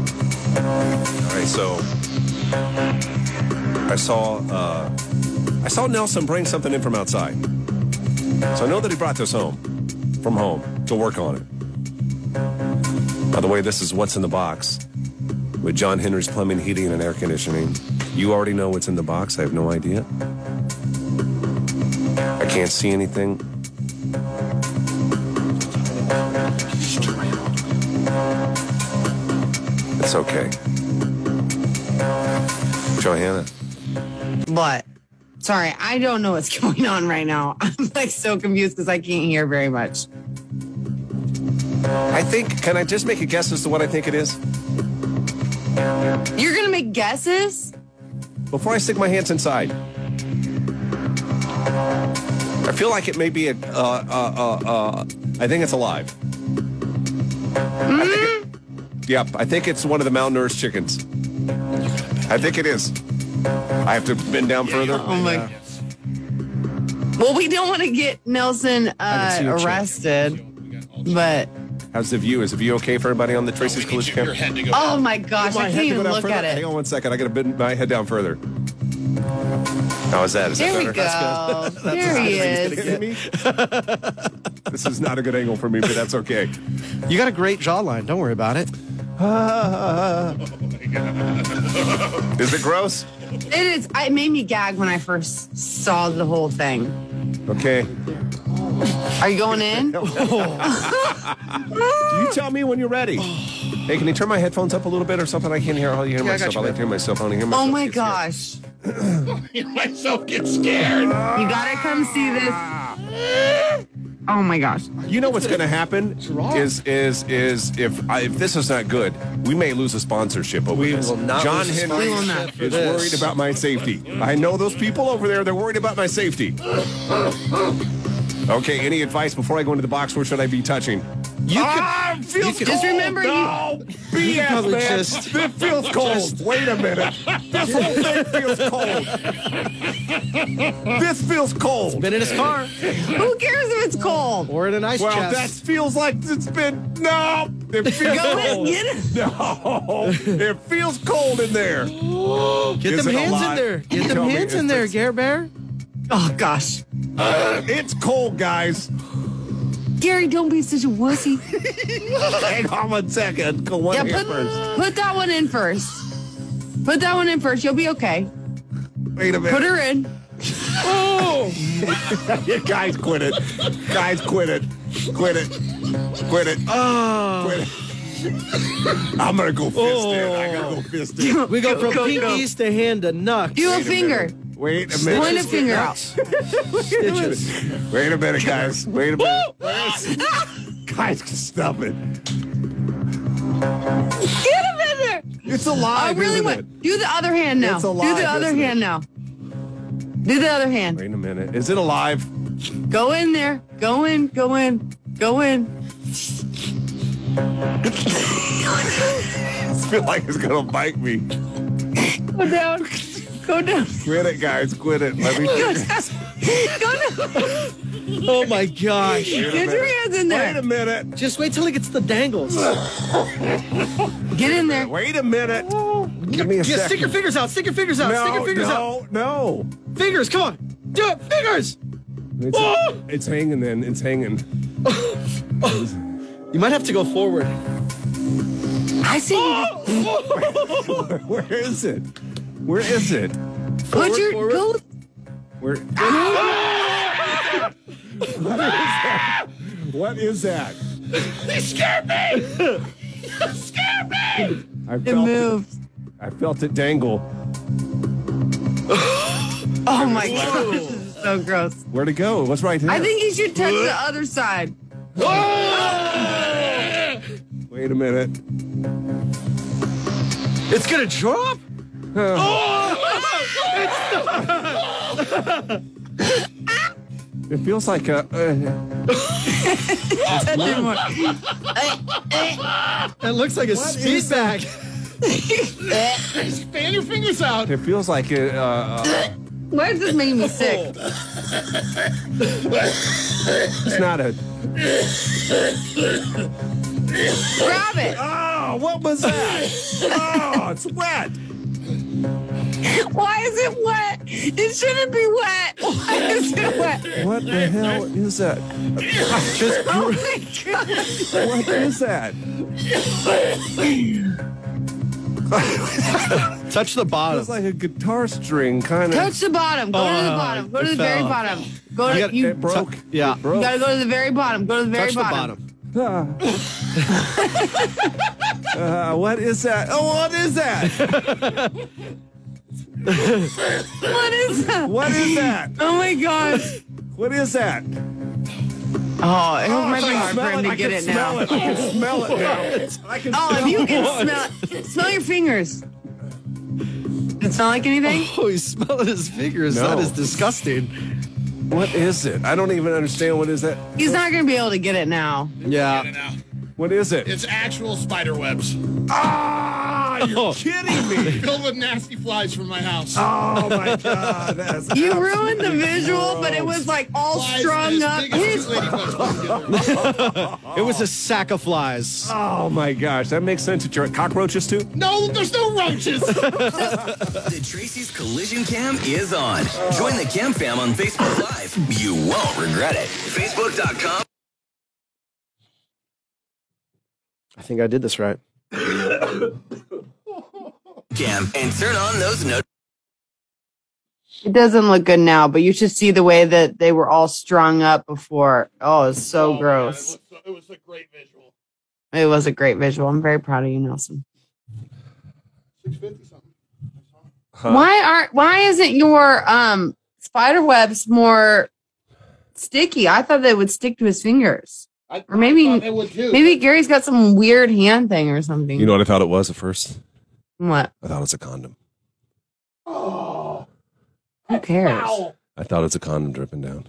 A: All right, so I saw uh, I saw Nelson bring something in from outside. So I know that he brought this home from home to work on it. By the way, this is what's in the box with John Henry's Plumbing, Heating, and Air Conditioning. You already know what's in the box. I have no idea. I can't see anything. It's okay. Johanna.
D: But sorry, I don't know what's going on right now. I'm like so confused because I can't hear very much.
A: I think, can I just make a guess as to what I think it is?
D: You're gonna make guesses?
A: Before I stick my hands inside. I feel like it may be a, uh, uh, uh, uh, I think it's alive. I think it, yep, I think it's one of the malnourished chickens. I think it is. I have to bend down further.
D: Oh my. Well, we don't want to get Nelson
J: can see your
D: uh,
J: chin.
D: arrested, but
A: How's the view? Is the view okay for everybody on the Tracy's Collision Camp?
D: oh my gosh,
A: My
D: I
A: head
D: can't
A: to go
D: even
A: down
D: look
A: further?
D: at
A: Hang
D: it.
A: on one second. I got to bend my head down further. How is that? Is
D: There
A: that
D: we
A: better?
D: go. There he is.
A: kidding me? this is not a good angle for me, but that's okay.
J: You got a great jawline. Don't worry about it.
A: Is it gross?
D: It is. I- It made me gag when I first saw the whole thing.
A: Okay.
D: Are you going in?
A: You tell me when you're ready.
J: Oh.
A: Hey, can you turn my headphones up a little bit or something? I can't hear. I'll hear
J: I got
A: myself.
J: you,
A: I like
J: man.
A: to hear myself. I want to hear myself.
D: Oh my
A: Yes, yes.
D: gosh.
F: myself get scared.
D: You gotta come see this. Oh my gosh.
A: You know what's going to happen is is is if I, if this is not good, we may lose a sponsorship over we this.
J: will not
A: John
J: lose a
A: Henry
D: We will not.
A: is
J: this.
A: worried about my safety. I know those people over there; they're worried about my safety. Okay, any advice before I go into the box? What should I be touching?
J: You
A: Ah, it feels
J: could-
D: Just remember you.
A: Oh, BS,
J: probably
A: man.
J: just-
A: it feels cold. Wait a minute. This whole thing feels cold. this feels cold.
J: been in his car
D: Who cares if it's cold?
J: or in an ice
A: Well,
J: chest.
A: that feels like it's been. No. It feels
D: Go in,
A: cold.
D: get it.
A: No. It feels cold in there.
J: Get
A: Is it a
J: them hands in
A: lot?
J: there.
A: You
J: Get
A: tell
J: them
A: me
J: hands
A: if
J: in there,
A: it's-
J: Gare Bear.
D: Oh gosh.
A: It's cold, guys.
I: Gary, don't be such a wussy.
B: Hang on one second. Go one
D: Yeah,
B: here
D: put-
B: first.
D: Put that one in first. Put that one in first. You'll be okay.
B: Wait a minute.
D: Put her in.
B: Oh! guys, quit it. Guys, quit it. Quit it. Quit it. Oh. Quit it. I'm gonna go fist it. I gotta go fist it.
D: Oh.
J: We go from
B: Go,
J: pinkies to hand to knuck.
D: Do a finger.
B: Wait a minute.
D: Point a finger out.
J: Stitches.
B: Wait a minute, guys. Wait a minute. guys, stop it.
D: Get him in there.
B: It's
D: I
B: alive.
D: really
B: isn't
D: want. Do the other hand now.
B: It's alive,
D: Do the other
B: isn't
D: hand
B: it?
D: now. Do the other
A: it.
D: hand.
A: Wait a minute. Is it alive?
D: Go in there. Go in. Go in. Go in.
B: I feel like it's gonna bite me.
D: Go down. Go down.
B: Quit it, guys. Quit it. Let me.
D: Go down. Go down.
J: Oh my gosh.
D: Get your hands in
B: Wait a
D: there.
B: minute.
J: Just wait till he gets the dangles.
D: Get in there.
B: Wait a minute. Give me a
J: Yeah,
B: second.
J: stick your fingers out. Stick your fingers out.
B: no,
J: stick your fingers out.
B: no, no.
J: Fingers, come on. Do it. Fingers.
A: It's,
J: Oh!
A: it's hanging then. It's hanging.
J: You might have to go forward.
D: I see. you.
A: Where is it? Where is it?
D: Put your
J: forward.
D: go.
A: Where?
J: Ah!
A: what is that?
F: He scared me! He scared me!
A: What is that? I
D: It
A: felt
D: moves.
A: I felt it dangle.
D: Oh my god, this is so gross.
A: Where'd it go? What's right here?
D: I think you should touch the other side.
A: Wait a minute.
J: It's gonna drop.
A: It feels like a. Uh,
D: Touch it more.
J: That looks like a speed bag.
F: Span your fingers out!
A: it feels like a. Uh, uh,
D: Why does this make me sick?
A: it's not a.
D: Grab it.
A: Oh, what was that? oh, it's wet.
D: Why is it wet? It shouldn't be wet. Why is it wet?
A: What the hell is that?
J: Just
D: Oh my god.
A: What is that?
J: touch the bottom.
A: It's like a guitar string, kind of.
D: Touch the bottom. Go to
J: Oh,
D: the bottom. Go to
J: it
D: the very
J: fell.
D: bottom. Go
J: You
D: to
J: got-
D: you.
A: It broke.
J: Tou- yeah.
A: It
D: You
A: broke.
D: gotta go to the very bottom. Go to the very
J: touch
D: bottom.
A: Ah. Uh, what is that? Oh, what is that?
D: What is that?
A: What is that?
D: Oh my gosh.
A: What is that?
D: Oh, it will
A: I
D: make
A: can
D: it hard for
A: smell
D: him
A: it.
D: to
A: I
D: get
A: can
D: it
A: smell
D: now.
A: it. I can smell it now. I can
D: Oh,
A: smell
D: if you can smell it. Smell your fingers. It smell like anything?
J: Oh, he's smelling his fingers.
A: No.
J: That is disgusting.
A: What is it? I don't even understand what is that.
D: He's not gonna be able to get it now.
J: Yeah.
F: Now,
A: What is it?
F: It's actual spider webs
A: ah, you're
J: Oh.
A: kidding me.
F: filled with nasty flies from my house.
A: Oh my god. That's
D: You ruined the visual, but it was like all
F: Flies
D: strung
F: as
D: up.
F: big as
D: His
F: two ladybugs put together.
J: It was a sack of flies.
A: Oh my gosh, that makes sense that you're at cockroaches too.
F: No, there's no roaches!
C: The Tracy's Collision Cam is on. Join the Cam Fam on Facebook Live. You won't regret it. Facebook.com.
J: I think I did this right.
C: Cam and turn on those notes.
D: It doesn't look good now, but you should see the way that they were all strung up before. Oh, it's
F: Oh,
D: so
F: man,
D: gross.
F: it, was so- it was a great visual.
D: It was a great visual. I'm very proud of you, Nelson.
F: 650 something.
A: Huh?
D: Why aren't why isn't your um spider webs more sticky? I thought they would stick to his fingers.
F: I,
D: Or maybe-
F: I thought it would too.
D: Maybe Gary's got some weird hand thing or something.
A: You know what I thought it was at first?
D: what?
A: I thought it was a condom.
F: Oh,
D: Who cares?
F: foul.
A: I thought it was a condom dripping down.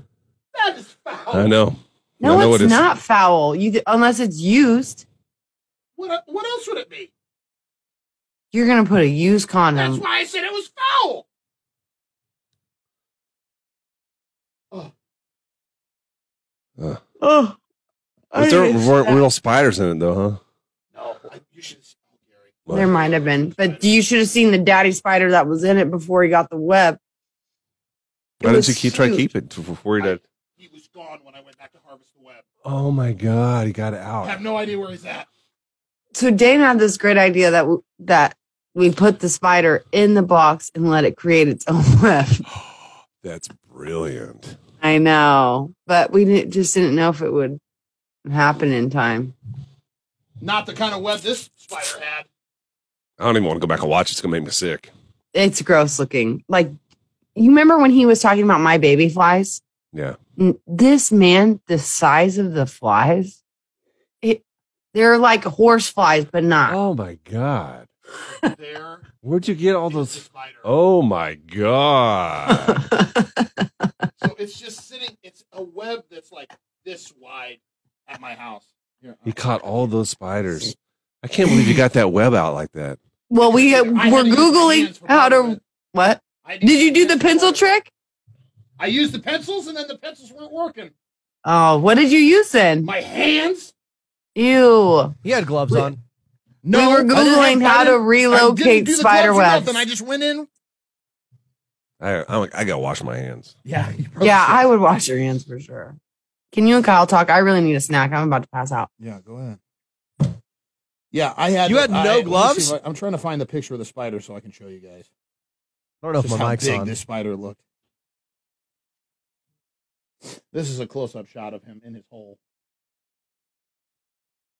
F: That is foul.
A: I know.
D: No,
A: I know
D: it's
A: it is.
D: not foul. You unless it's used.
F: What, uh, what else would it be?
D: You're gonna put a used
F: That's
D: condom.
F: why I said it was foul. Oh,
A: Uh,
D: Oh, I
A: but there
D: didn't see
A: weren't
D: that.
A: real spiders in it though, huh?
F: no. I, you should see Gary.
A: What?
D: There might have been, but you should have seen the daddy spider that was in it before he got the web. It
A: Why didn't
D: was
A: you keep try to
D: huge.
A: keep it before you did?
F: He was gone when I went back to harvest the web.
A: Oh my God, he got out.
F: Have no idea where he's at.
D: So Dane had this great idea that w- that we put the spider in the box and let it create its own web.
A: That's brilliant.
D: I know, but we didn't, just didn't know if it would happen in time.
F: Not the kind of web this spider had.
A: I don't even want to go back and watch. It's going to make me sick.
D: It's gross looking. Like you remember when he was talking about my baby flies?
A: Yeah.
D: N- This man, the size of the flies, it they're like horse flies, but not.
A: Oh my God. Where'd you get all those? Oh my God.
F: So it's just sitting. It's a web that's like this wide at my house. Here, uh,
A: he caught all those spiders. I can't believe you got that web out like that.
D: Well, we uh, were googling how to what? Did you do the pencil trick?
F: I used the pencils, and then the pencils weren't working.
D: Oh, what did you use then?
F: My hands.
D: Ew.
J: He had gloves on.
D: we were
F: I didn't have-
D: googling
F: I didn't- I
D: how to
F: didn't
D: relocate
F: do the
D: spider
F: gloves or
D: webs.
F: nothing. I just went in.
A: I I, I got to wash my hands.
F: Yeah.
D: Yeah, I would wash your hands for sure. Can you and Kyle talk? I really need a snack. I'm about to pass out.
F: Yeah, go ahead. Yeah, I had.
J: You had no
F: I- let me see
J: gloves?
F: if I, am trying to find the picture of the spider so I can show you guys.
J: I don't know if
F: Just
J: my
F: how
J: mic's
F: big
J: on.
F: this spider looked. This is a close-up shot of him in his hole.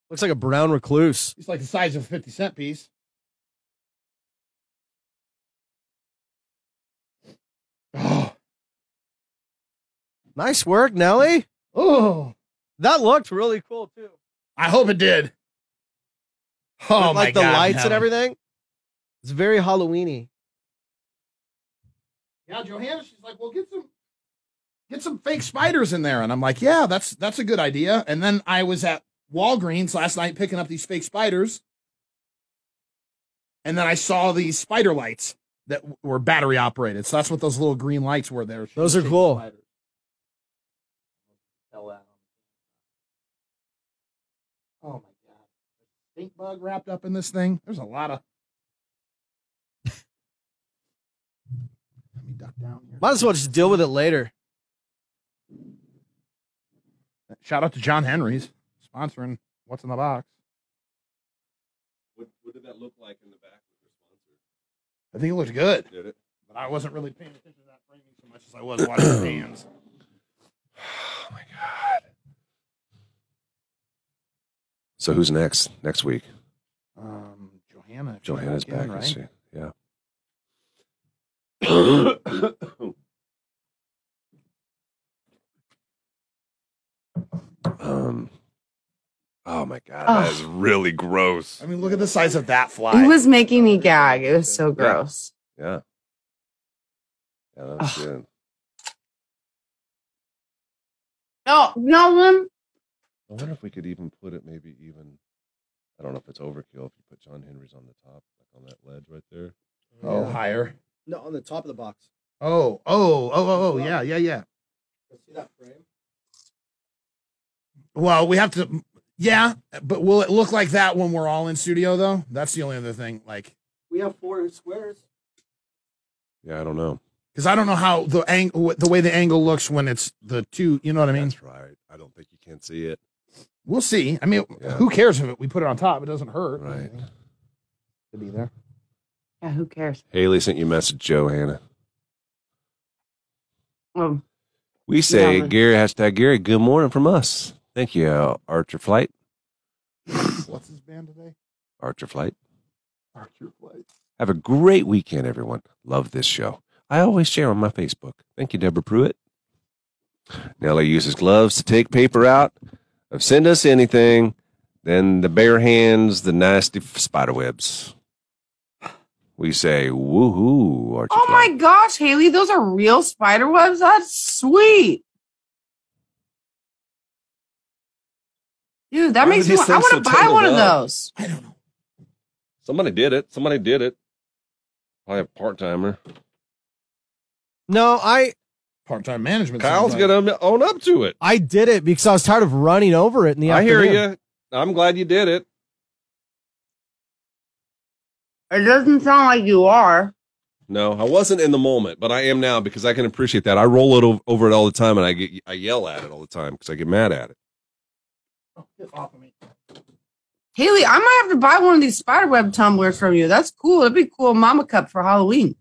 J: Looks like a brown recluse.
F: He's like the size of a 50 cent piece.
J: Nice work, Nelly.
F: Oh,
J: that looked really cool too.
F: I hope it did. Oh
J: With,
F: my
J: like the
F: God,
J: lights and
F: Nelly.
J: everything. It's very Halloweeny.
F: Yeah, Johanna, she's like, "Well, get some, get some fake spiders in there," and I'm like, "Yeah, that's that's a good idea." And then I was at Walgreens last night picking up these fake spiders, and then I saw these spider lights that w- were battery operated. So that's what those little green lights were there.
J: Those are cool.
F: Oh my god, stink bug wrapped up in this thing. There's a lot of. Let me duck down here.
J: Might as well just deal with it later.
F: Shout out to John Henry's sponsoring What's in the Box.
A: What, what did that look like in the back?
F: I think it looked good,
A: Did it?
F: but I wasn't really paying attention to that framing so much as I was watching the hands.
A: So who's next next week?
F: Um, Johanna. she's
A: Johanna's back.
F: in,
A: let's see. Yeah. um. Oh my god, that is really gross.
F: I mean, look at the size of that fly.
D: It was making me gag. It was so gross.
A: Yeah. Yeah, that was good.
D: No, no one.
A: I wonder if we could even put it maybe even I don't know if it's overkill if you put John Henry's on the top, like on that ledge right there.
F: Oh,
J: Yeah.
F: higher.
J: No, on the top of the box.
F: Oh, oh, oh, oh, oh, yeah, yeah, yeah.
J: See that frame?
F: Well, we have to. Yeah, but will it look like that when we're all in studio though? That's the only other thing. Like,
J: We have four squares.
A: Yeah, I don't know.
F: because I don't know how the angle, the way the angle looks when it's the two. You know what I mean?
A: That's right. I don't think you can see it.
F: We'll see. I mean,
A: Yeah.
F: who cares if it, we put it on top? It doesn't hurt.
A: Right.
F: To be there.
D: Yeah, who cares?
A: Haley sent you a message, Johanna.
D: Um,
A: We say
D: Yeah.
A: Gary hashtag Gary, good morning from us. Thank you, uh, Archer Flight.
F: What's his band today?
A: Archer Flight.
F: Archer Flight.
A: Have a great weekend, everyone. Love this show. I always share on my Facebook. Thank you, Deborah Pruitt. Nellie uses gloves to take paper out of send us anything, then the bare hands, the nasty f- spider webs. We say woohoo, Archer
D: Oh
A: Flight.
D: my gosh, Haley, those are real spider webs. That's sweet. Dude, that
A: Why
D: makes
A: would
D: me
A: you
D: want, I
A: sound
D: want to
A: so
D: buy
A: tangled
D: one of
A: up?
D: those.
A: Somebody did it. Somebody did it. Probably a part timer.
J: No, I
F: Part-time management. sounds
A: Kyle's
F: like.
A: gonna own up to it.
J: I did it because I was tired of running over it in the
A: I hear
J: afternoon.
A: you. I'm glad you did it.
D: It doesn't sound like you are.
A: No, I wasn't in the moment, but I am now because I can appreciate that. I roll it o- over it all the time, and I get I yell at it all the time because I get mad at it.
F: Get off of me.
D: Haley, I might have to buy one of these spiderweb tumblers from you. That's cool. That'd be a cool mama cup for Halloween.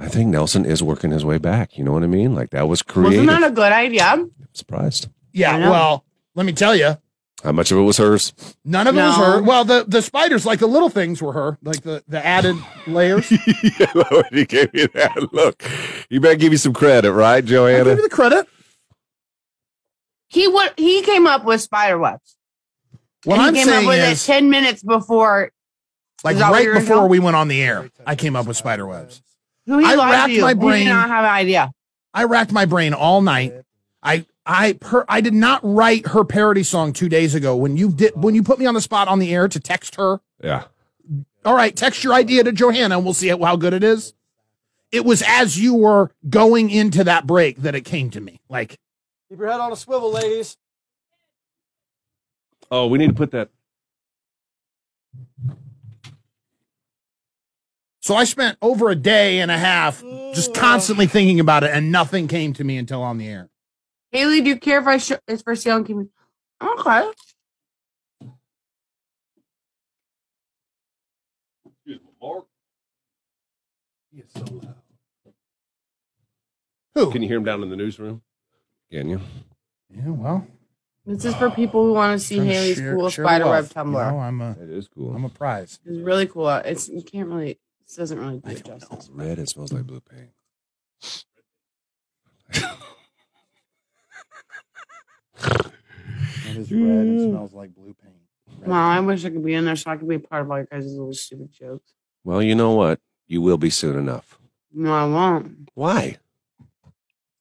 A: I think Nelson is working his way back. You know what I mean? Like that was creative.
D: Wasn't that a good idea?
A: Surprised
D: I
F: Yeah,
D: know.
F: well, let me tell you,
A: how much of it was hers.
F: none of it was
D: No.
F: her. Well, the, the spiders, like the little things were her, like the, the added layers.
A: he gave you that look. You better give you some credit, right,
F: I'll give
A: Joanna?
F: you the credit.
D: He would. He came up with spiderwebs.
F: What
D: and he
F: I'm
D: came up
F: saying
D: with
F: is,
D: it ten minutes before.
F: like
D: is that where
F: right
D: you're
F: before
D: going?
F: we went on the air, I came up with spider webs.
D: Who he
F: I
D: lied
F: racked
D: to you.
F: my
D: We
F: brain.
D: did not have an idea.
F: I racked my brain all night. I I per, I did not write her parody song two days ago when you did when you put me on the spot on the air to text her.
A: Yeah.
F: All right, text your idea to Johanna and we'll see how good it is. It was as you were going into that break that it came to me. Like
K: Keep your head on a swivel, ladies.
A: Oh, we need to put that.
F: so, I spent over a day and a half just constantly thinking about it, and nothing came to me until on the air.
D: Haley, do you care if I sh- it's for sale and keep me? Okay.
F: Who?
A: Can you hear him down in the newsroom? Can you?
F: Yeah, well,
D: This is for people who want to see
F: trying to
D: Haley's
F: share-
D: cool
F: share
D: spiderweb
F: wealth, you
D: tumbler.
F: know, I'm a
A: It is cool.
F: I'm a prize.
D: It's really cool. uh, It's you can't really. It doesn't really do it justice.
A: It's red. It smells like blue paint.
K: It is red and smells like blue paint.
D: Wow, I wish I could be in there so I could be a part of all your guys' little stupid jokes.
A: Well, you know what? You will be soon enough.
D: No, I won't.
A: Why?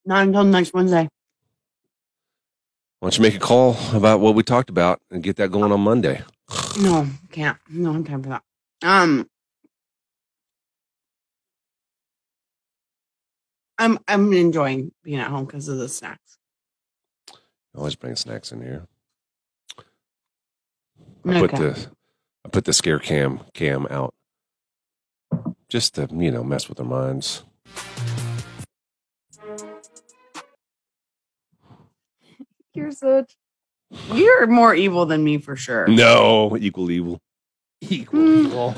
D: Not until next Wednesday.
A: Why don't you make a call about what we talked about and get that going on Monday?
D: No, can't. No, I'm time for that. Um, I'm I'm enjoying being at home because of the snacks.
A: Always bring snacks in here. I put
D: Okay.
A: the I put the scare cam cam out. Just to, you know, mess with their minds.
D: You're such. You're more evil than me for sure.
A: No, equal evil.
F: Equal,
D: Mm.
F: equal.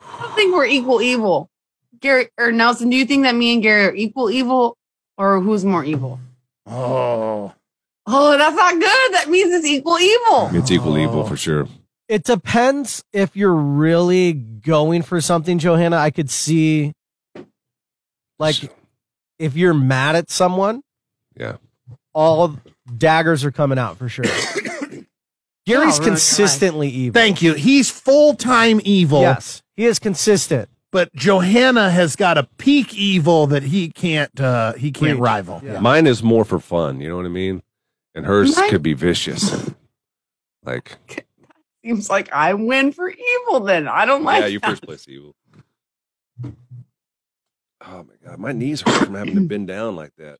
D: I don't think we're equal evil. Gary or Nelson, do you think that me and Gary are equal evil or who's more evil?
F: Oh,
D: Oh, that's not good. That means it's equal evil.
A: It's equal evil for sure.
K: It depends if you're really going for something, Johanna. I could see, like, if you're mad at someone,
A: Yeah.
K: all daggers are coming out for sure. Gary's
D: really, you're right.
K: consistently evil.
F: thank you. He's full time evil.
K: Yes, he is consistent.
F: but Johanna has got a peak evil that he can't uh he can't
K: Reach.
F: rival.
K: Yeah.
A: Mine is more for fun, you know what I mean? And hers
D: Mine-
A: could be vicious. Like
D: Seems like I win for evil then. I don't like
A: Yeah, you
D: that.
A: first place evil. Oh my god, my knees hurt from having to bend down like that.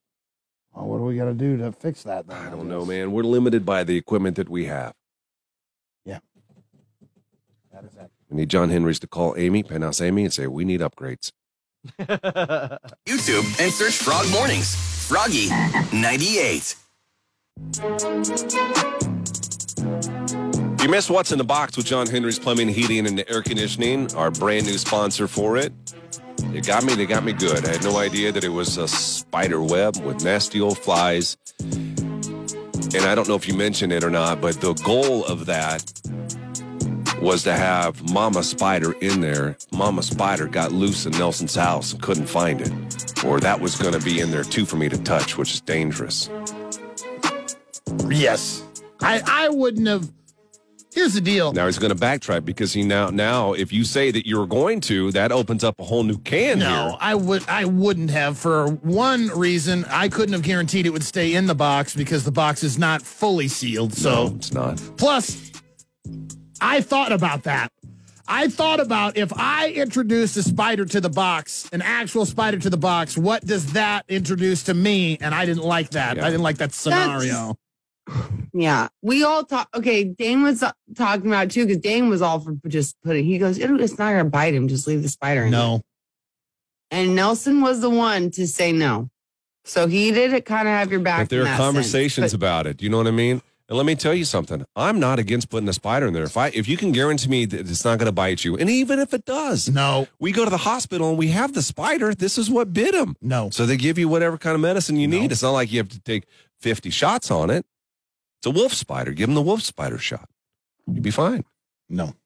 K: Well, what do we got to do to fix that?
A: I don't know, man. We're limited by the equipment that we have. We need John Henry's to call Amy, Penthouse Amy, and say we need upgrades.
C: YouTube and search Frog Mornings. Froggy 98.
A: If you missed What's in the Box with John Henry's Plumbing, Heating, and Air Conditioning, our brand new sponsor for it. It got me, they got me good. I had no idea that it was a spider web with nasty old flies. And I don't know if you mentioned it or not, but the goal of that was to have Mama Spider in there. Mama Spider got loose in Nelson's house and couldn't find it. Or that was going to be in there too for me to touch, which is dangerous.
F: Yes. I I wouldn't have Here's the deal.
A: Now he's going to backtrack because he now now if you say that you're going to, that opens up a whole new can
F: No, I would I wouldn't have for one reason. I couldn't have guaranteed it would stay in the box because the box is not fully sealed.
A: here.
F: So
A: No, it's not.
F: plus I thought about that. I thought about if I introduced a spider to the box, an actual spider to the box, what does that introduce to me? And I didn't like that.
A: Yeah.
F: I didn't like that scenario.
D: Yeah, we all talk. Okay, Dane was uh, talking about it too because Dane was all for just putting. He goes, "It'll- "It's not gonna bite him. Just leave the spider." in
F: No.
D: there." And Nelson was the one to say no, so he did kind of have your back.
A: But there
D: in
A: are
D: that
A: conversations
D: sense.
A: about it. You know what I mean? And let me tell you something. I'm not against putting a spider in there. If I if you can guarantee me that it's not going to bite you, and even if it does,
F: no,
A: we go to the hospital and we have the spider. This is what bit him.
F: No,
A: so they give you whatever kind of medicine you need. It's not like you have to take 50 shots on it. It's a wolf spider. Give him the wolf spider shot. You'd be fine.
F: No,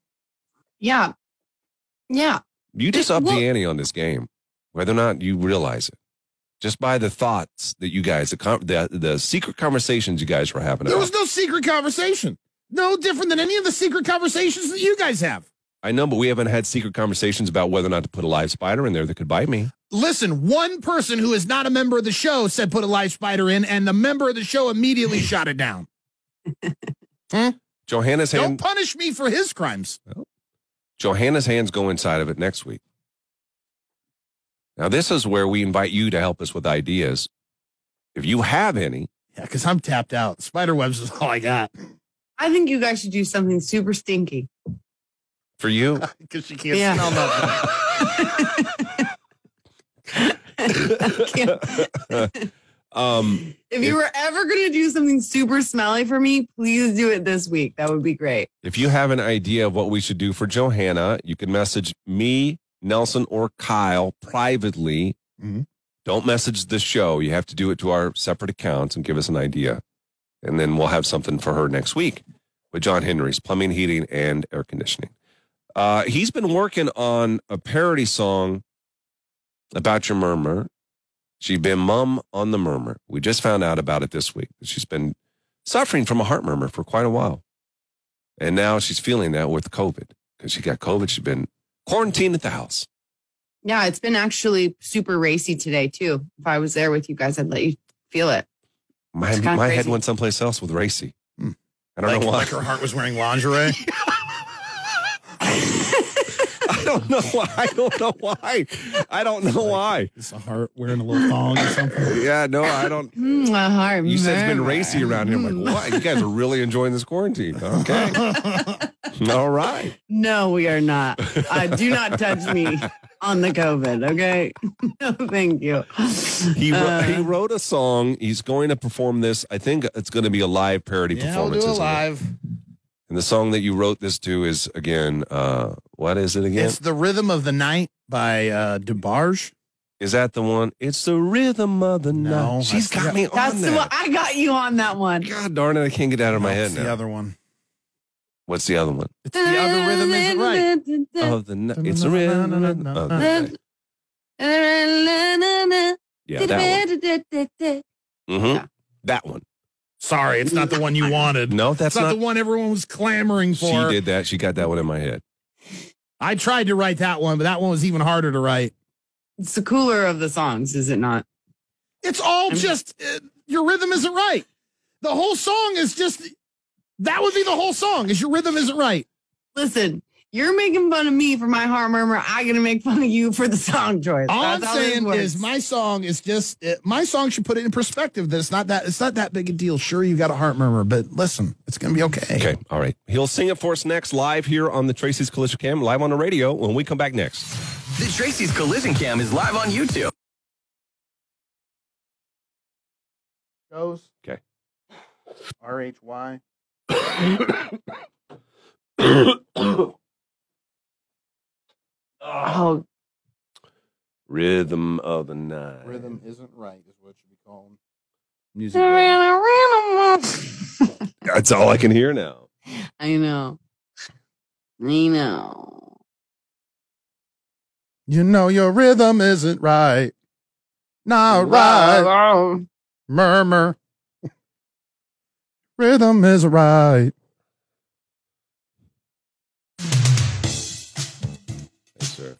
D: Yeah. Yeah.
A: you just up
D: Well-
A: the ante on this game, whether or not you realize it. Just by the thoughts that you guys, the con- the, the secret conversations you guys were having.
F: There
A: about.
F: was no secret conversation. No different than any of the secret conversations that you guys have.
A: I know, but we haven't had secret conversations about whether or not to put a live spider in there that could bite me.
F: Listen, one person who is not a member of the show said put a live spider in, and the member of the show immediately shot it down.
A: Johanna's
F: Don't
A: hand,
F: punish me for his crimes.
A: Johanna's hands go inside of it next week. Now, this is where we invite you to help us with ideas. If you have any,
F: Yeah, because I'm tapped out. Spider webs is all I got.
D: I think you guys should do something super stinky.
A: for you,
F: Because you can't
D: Yeah.
F: smell nothing.
A: um,
D: If you were ever going to do something super smelly for me, please do it this week. That would be great.
A: if you have an idea of what we should do for Johanna, you can message me, Nelson, or Kyle privately.
F: Mhm.
A: Don't message the show. You have to do it to our separate accounts and give us an idea. And then we'll have something for her next week with John Henry's Plumbing, Heating, and Air Conditioning. Uh, he's been working on a parody song about your murmur. She's been mum on the murmur. We just found out about it this week. She's been suffering from a heart murmur for quite a while. And now she's feeling that with COVID because she got COVID. She's been quarantined at the house.
D: Yeah, it's been actually super racy today, too. If I was there with you guys, I'd let you feel it.
A: My,
D: It's kinda
A: my head
D: crazy.
A: went someplace else with Racy. I don't
F: Hmm. like,
A: know why.
F: like her heart was wearing lingerie.
A: I don't know why. I don't know why. I don't know why.
F: It's a heart wearing a little thong or something.
A: Yeah, no, I don't.
D: Mm, my heart.
A: You said it's been
D: murmur.
A: racy around here. I'm like, what? You guys are really enjoying this quarantine. Okay. All right.
D: No, we are not. Uh, do not touch me on the COVID, okay? no, thank you.
A: He, wrote,
D: Uh,
A: he wrote a song. He's going to perform this. I think it's going to be a live parody
F: Yeah, we'll
A: performance.
F: do it
A: isn't it?
F: live.
A: And the song that you wrote this to is again, uh, what is it again?
F: It's the rhythm of the night by uh, DeBarge.
A: Is that the one? It's the rhythm of the
F: No,
A: night. She's
F: that's
A: got
F: the-
A: me on
D: That's the
A: that.
D: one. I got you on that one.
A: God darn it! I can't get that out of my head
F: That's
A: now.
F: the other one.
A: What's the other one?
F: It's the other rhythm isn't right.
A: Of the night. It's the rhythm. of the night. Yeah, that one. hmm That one.
F: Sorry, it's not the one you wanted.
A: No,
F: That's
A: that's
F: not, the
A: not.
F: one everyone was clamoring for.
A: she did that. She got that one in my head.
F: I tried to write that one, but that one was even harder to write.
D: It's the cooler of the songs, is it not?
F: It's all
D: I'm-
F: just uh, your rhythm isn't right. The whole song is just that would be the whole song is your rhythm isn't right.
D: Listen, you're making fun of me for my heart murmur. I'm going to make fun of you for the song choice.
F: All I'm
D: That's how this
F: saying
D: works.
F: is my song is just uh, my song should put it in perspective that it's not that it's not that big a deal. Sure, you got a heart murmur, but listen, it's gonna be okay.
A: Okay, all right. He'll sing it for us next, live here on the Tracy's Collision Cam, live on the radio. When we come back next,
C: The Tracy's Collision Cam is live on YouTube.
F: Goes.
A: Okay.
F: R H Y.
D: Oh,
A: rhythm of the night.
F: isn't right is what you be calling. Music.
D: I
A: That's all I can hear now.
D: know. I know.
F: You know your rhythm isn't right. Not right. Murmur. Rhythm is right.
A: Yes, sir.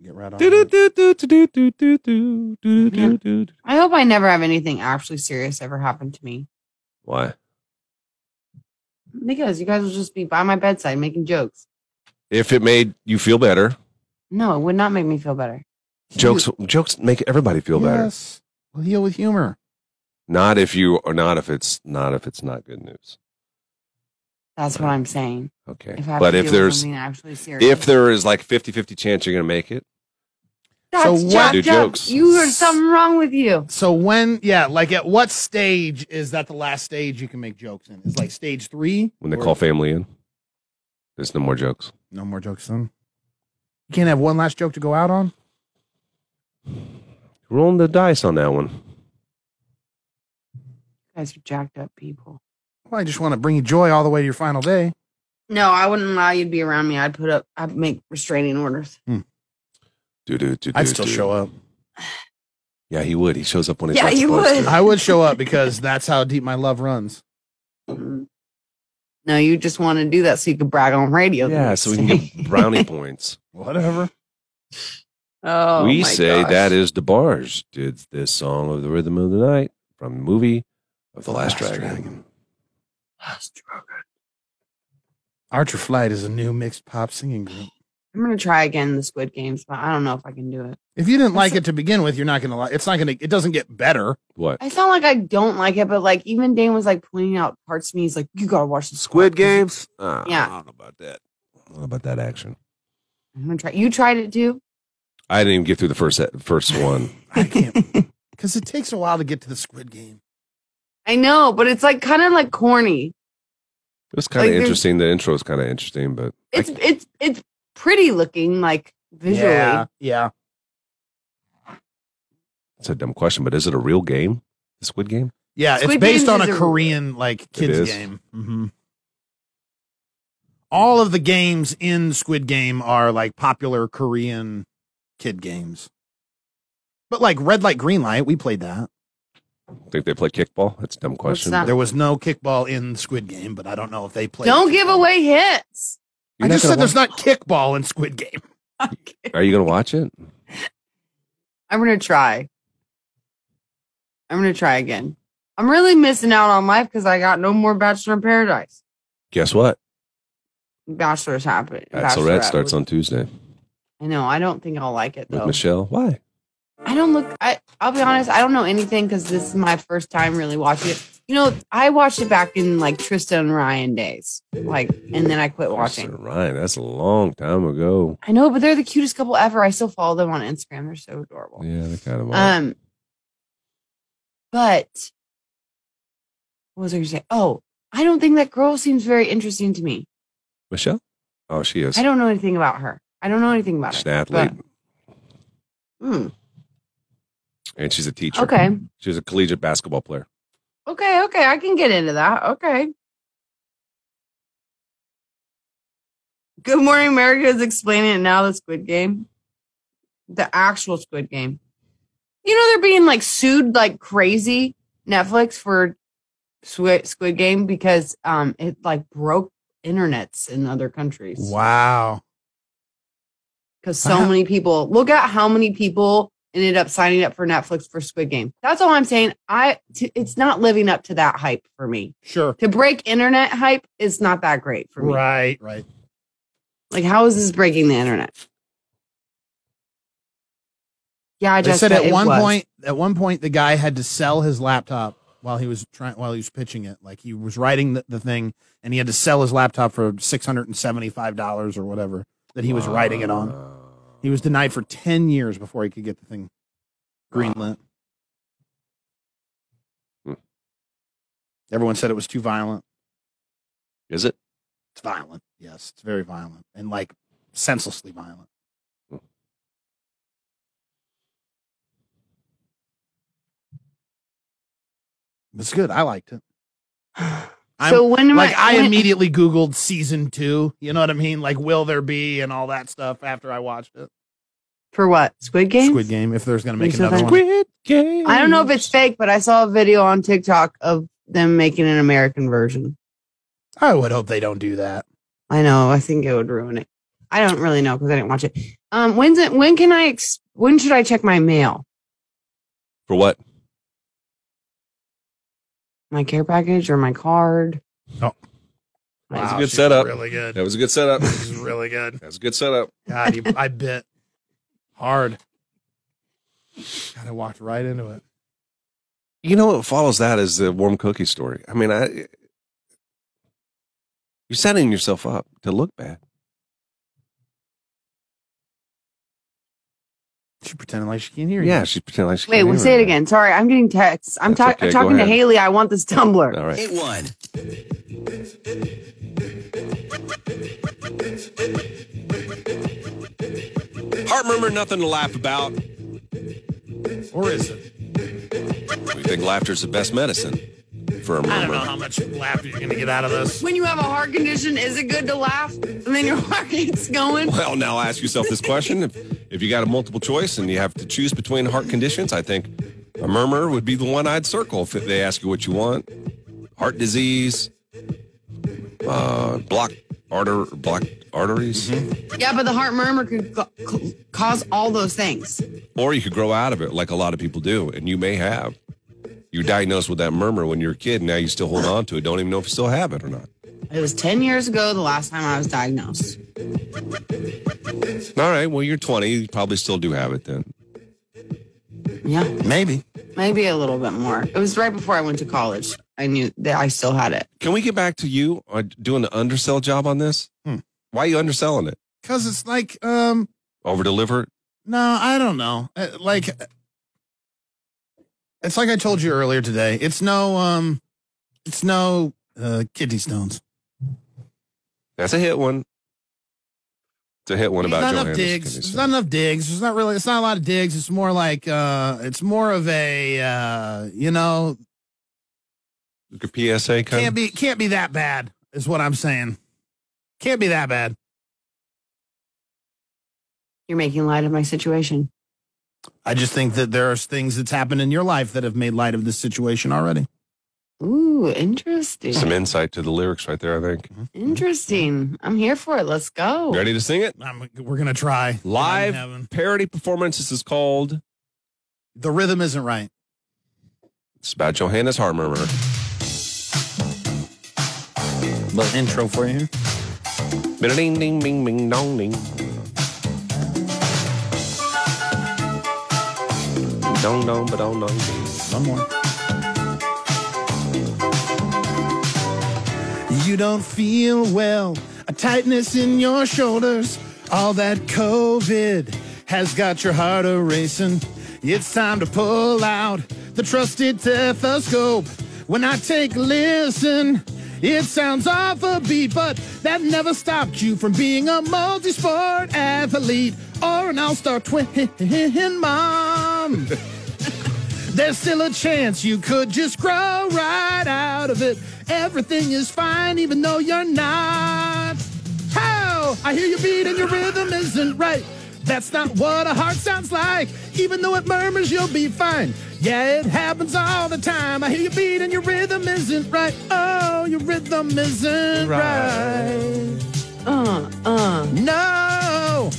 F: Get right on. it.
A: Do-do-do-do-do-do-do-do-do-do.
D: I hope I never have anything actually serious ever happen to me.
A: Why?
D: Because you guys will just be by my bedside making jokes.
A: If it made you feel better,
D: No, it would not make me feel better.
A: jokes jokes make everybody feel better.
F: Yes. We'll heal with humor.
A: Not if you or not if it's not if it's not good news.
D: That's what I'm saying.
A: Okay.
D: If I have
A: but
D: to
A: if
D: deal with
A: there's
D: something actually serious,
A: if there is like 50-50 chance you're going to make it,
D: That's
F: So what-
D: jacked
F: Do
D: up.
F: jokes.
D: You are something wrong with you.
F: So when, yeah, like at what stage is that the last stage you can make jokes in? Is like stage three?
A: When they
F: Or-
A: call family in, there's no more jokes.
F: No more jokes then. You can't have one last joke to go out on.
A: Rolling the dice on that one.
D: You guys are jacked up people.
F: Well, I just want to bring you joy all the way to your final day.
D: No, I wouldn't allow you to be around me. I'd put up, I'd make restraining orders.
A: Do, do, do,
F: I'd
A: do,
F: still
A: do.
F: show up.
A: Yeah, he would. He shows up when he's
D: Yeah,
A: not
D: he
A: supposed
D: would.
A: to.
F: I would show up because that's how deep my love runs.
D: Mm-hmm. No, you just want to do that so you could brag on radio. the
A: Yeah,
D: next
A: so we can
D: day.
A: get brownie points.
F: Whatever.
D: Oh,
A: we
D: my
A: say
D: gosh.
A: that is DeBarge did this song of the rhythm of the night from the movie of the Last, Dragon.
F: Archer Flight is a new mixed pop singing group.
D: I'm gonna try again the Squid Games, but I don't know if I can do it.
F: If you didn't like it to begin with, you're not gonna like. It's not gonna. It doesn't get better.
A: What?
D: I sound like I don't like it, but like even Dane was like pointing out parts to me. He's like, "You gotta watch the
A: Squid Games. Ah,
D: Yeah.
A: I don't know about that. I don't know about that action.
D: I'm gonna try. You tried it too.
A: I didn't even get through the first first one.
F: Because it takes a while to get to the Squid Game.
D: I know, but it's like kind of like corny.
A: It was kind
D: Like,
A: of
D: there's-
A: interesting. The intro is kind of interesting, but
D: It's it's it's pretty looking like visually.
F: Yeah. Yeah.
A: it's a dumb question. But is it a real game? The Squid Game?
F: Yeah.
D: Squid
F: it's based
D: Games
F: on
D: is
F: a
D: a-
F: Korean like kids
A: is.
F: game. hmm All of the games in Squid Game are like popular Korean kid games. But like Red Light, Green Light, we played that.
A: Think they play kickball? That's a dumb question.
D: that?
F: There was no kickball in Squid Game, but I don't know if they played.
D: Don't
F: kickball.
D: give away hits.
F: I
A: You're not
F: just
A: gonna
F: said there's not kickball in Squid Game.
A: Are you going to watch it?
D: I'm gonna try. I'm gonna try again. I'm really missing out on life because I got no more Bachelor in Paradise.
A: Guess what?
D: Bachelor's happening.
A: Bachelorette starts on Tuesday
D: I know. I don't think I'll like it
A: with
F: Oh.
D: though.
A: Michelle. Why?
D: I don't look. I I'll be honest. I don't know anything because this is my first time really watching it. You know, I watched it back in like Trista and Ryan days, like, and then I quit watching.
A: Ryan, that's a long time ago.
D: I know, but they're the cutest couple ever. I still follow them on Instagram. They're so adorable.
A: Yeah, they kind of. are.
D: Um, but what was I going to say? Oh, I don't think that girl seems very interesting to me.
A: Michelle? Oh, she is.
D: I don't know anything about her. I don't know anything about
A: She's an
D: her.
A: athlete,
D: but- hmm.
A: and she's a teacher.
D: Okay.
A: She's a collegiate basketball player.
D: Okay, okay, I can get into that. Okay. Good Morning America is explaining it now. The Squid Game, the actual Squid Game. You know they're being like sued like crazy Netflix for Squid Squid Game because um it like broke internets in other countries
F: Wow.
D: because so many people look at how many people ended up signing up for Netflix for Squid Game. That's all I'm saying. I t- it's not living up to that hype for me.
F: Sure.
D: To break internet hype is not that great for me.
F: Right. Right.
D: Like how is this breaking the internet? Yeah, I
F: They
D: just
F: said at
D: it
F: one
D: was.
F: point, at one point, the guy had to sell his laptop while he was trying, while he was pitching it. Like he was writing the, the thing, and he had to sell his laptop for six hundred and seventy five dollars or whatever that he was writing it on.
A: Ah.
F: He was denied for ten years before he could get the thing greenlit.
A: Hmm.
F: Everyone said it was too violent.
A: Is it?
F: It's violent. Yes, it's very violent and like senselessly violent.
A: Hmm.
F: It's good. I liked it.
D: So when am
F: like I,
D: when-
F: immediately Googled season two. You know what I mean? Like, will there be and all that stuff after I watched it?
D: for what Squid Game?
F: Squid Game. If there's gonna
D: Think
F: make
D: so,
F: another
D: then?
F: one,
A: Game.
D: I don't know if it's fake, but I saw a video on TikTok of them making an American version.
F: I would hope they don't do that.
D: I know. I think it would ruin it. I don't really know because I didn't watch it. Um, when's it? When can I? Ex- when should I check my mail?
A: For what?
D: My care package or my card?
A: That was a
F: Wow,
A: good
F: she's
A: setup.
F: Really good.
A: That was a good setup. that
F: This is really good.
A: was a good setup.
F: God, you, I bit hard. God, I walked right into it.
A: You know what follows that is the warm cookie story. I mean, I you're setting yourself up to look bad.
F: She pretended like she can't hear you.
A: Yeah, she's pretending like she
D: Wait,
A: can't
D: we
A: hear
D: say
A: it.
D: it again. Sorry, I'm getting texts. I'm,
A: That's
D: ta-
A: okay,
D: I'm
A: go
D: talking to
A: ahead.
D: Haley. I want this tumbler.
A: All right.
C: Hit one.
A: Heart murmur, nothing to laugh about.
F: Or is it?
A: We think laughter's the best medicine for a murmur.
F: I don't know how much laughter you're going to get out of this.
D: When you have a heart condition, is it good to laugh? And then your heart gets going.
A: Well, now ask yourself this question. If, if you got a multiple choice and you have to choose between heart conditions, I think a murmur would be the one I'd circle if they ask you what you want. Heart disease, uh, blocked arter, blocked arteries,
D: Yeah, but the heart murmur could ca- ca- cause all those things.
A: or you could grow out of it like a lot of people do, and you may have. You're diagnosed with that murmur when you're a kid, and now you still hold on to it. Don't even know if you still have it or not.
D: It was 10 years ago the last time I was diagnosed.
A: All right, well, you're 20. You probably still do have it then.
D: Yeah,
F: maybe.
D: Maybe a little bit more. It was right before I went to college. I knew that I still had it.
A: Can we get back to you on doing the undersell job on this? Why are you underselling it?
F: Because Hmm. it's like, um,
A: Over deliver?
F: no, I don't know. Uh, Like, it's like I told you earlier today. It's no, um, it's no uh, kidney stones.
A: That's a hit one. It's a hit one
F: There's
A: about
F: not enough
A: Johannes.
F: digs.
A: Kennedy.
F: There's not enough digs. It's not really. It's not a lot of digs. It's more like uh, it's more of a uh, you know
A: Like a PSA kind
F: can't be can't be that bad is what I'm saying. Can't be that bad.
D: You're making light of my situation.
F: I just think that there are things that's happened in your life that have made light of this situation already.
D: Ooh, interesting.
A: Some insight to the lyrics right there, I think.
D: Interesting. I'm here for it. Let's go.
A: Ready to sing it?
F: I'm, we're gonna try
A: Live
F: I'm having-
A: parody performance. This is called
F: The rhythm isn't right.
A: It's about Johannes Heart Murmur.
F: Little intro for you.
A: Ding ding ding ding dong ding. Dong dong ba dong dong ding.
F: One more. You don't feel well, a tightness in your shoulders. All that COVID has got your heart a racing. It's time to pull out the trusted stethoscope. When I take a listen, it sounds off a beat, but that never stopped you from being a multi sport athlete or an all star twin mom. There's still a chance you could just grow right out of it. Everything is fine, even though you're not. How? I hear you beat and your rhythm isn't right. That's not what a heart sounds like. Even though it murmurs, you'll be fine. Yeah, it happens all the time. I hear you beat and your rhythm isn't right. Oh, your rhythm isn't right.
D: Uh, uh,
F: No!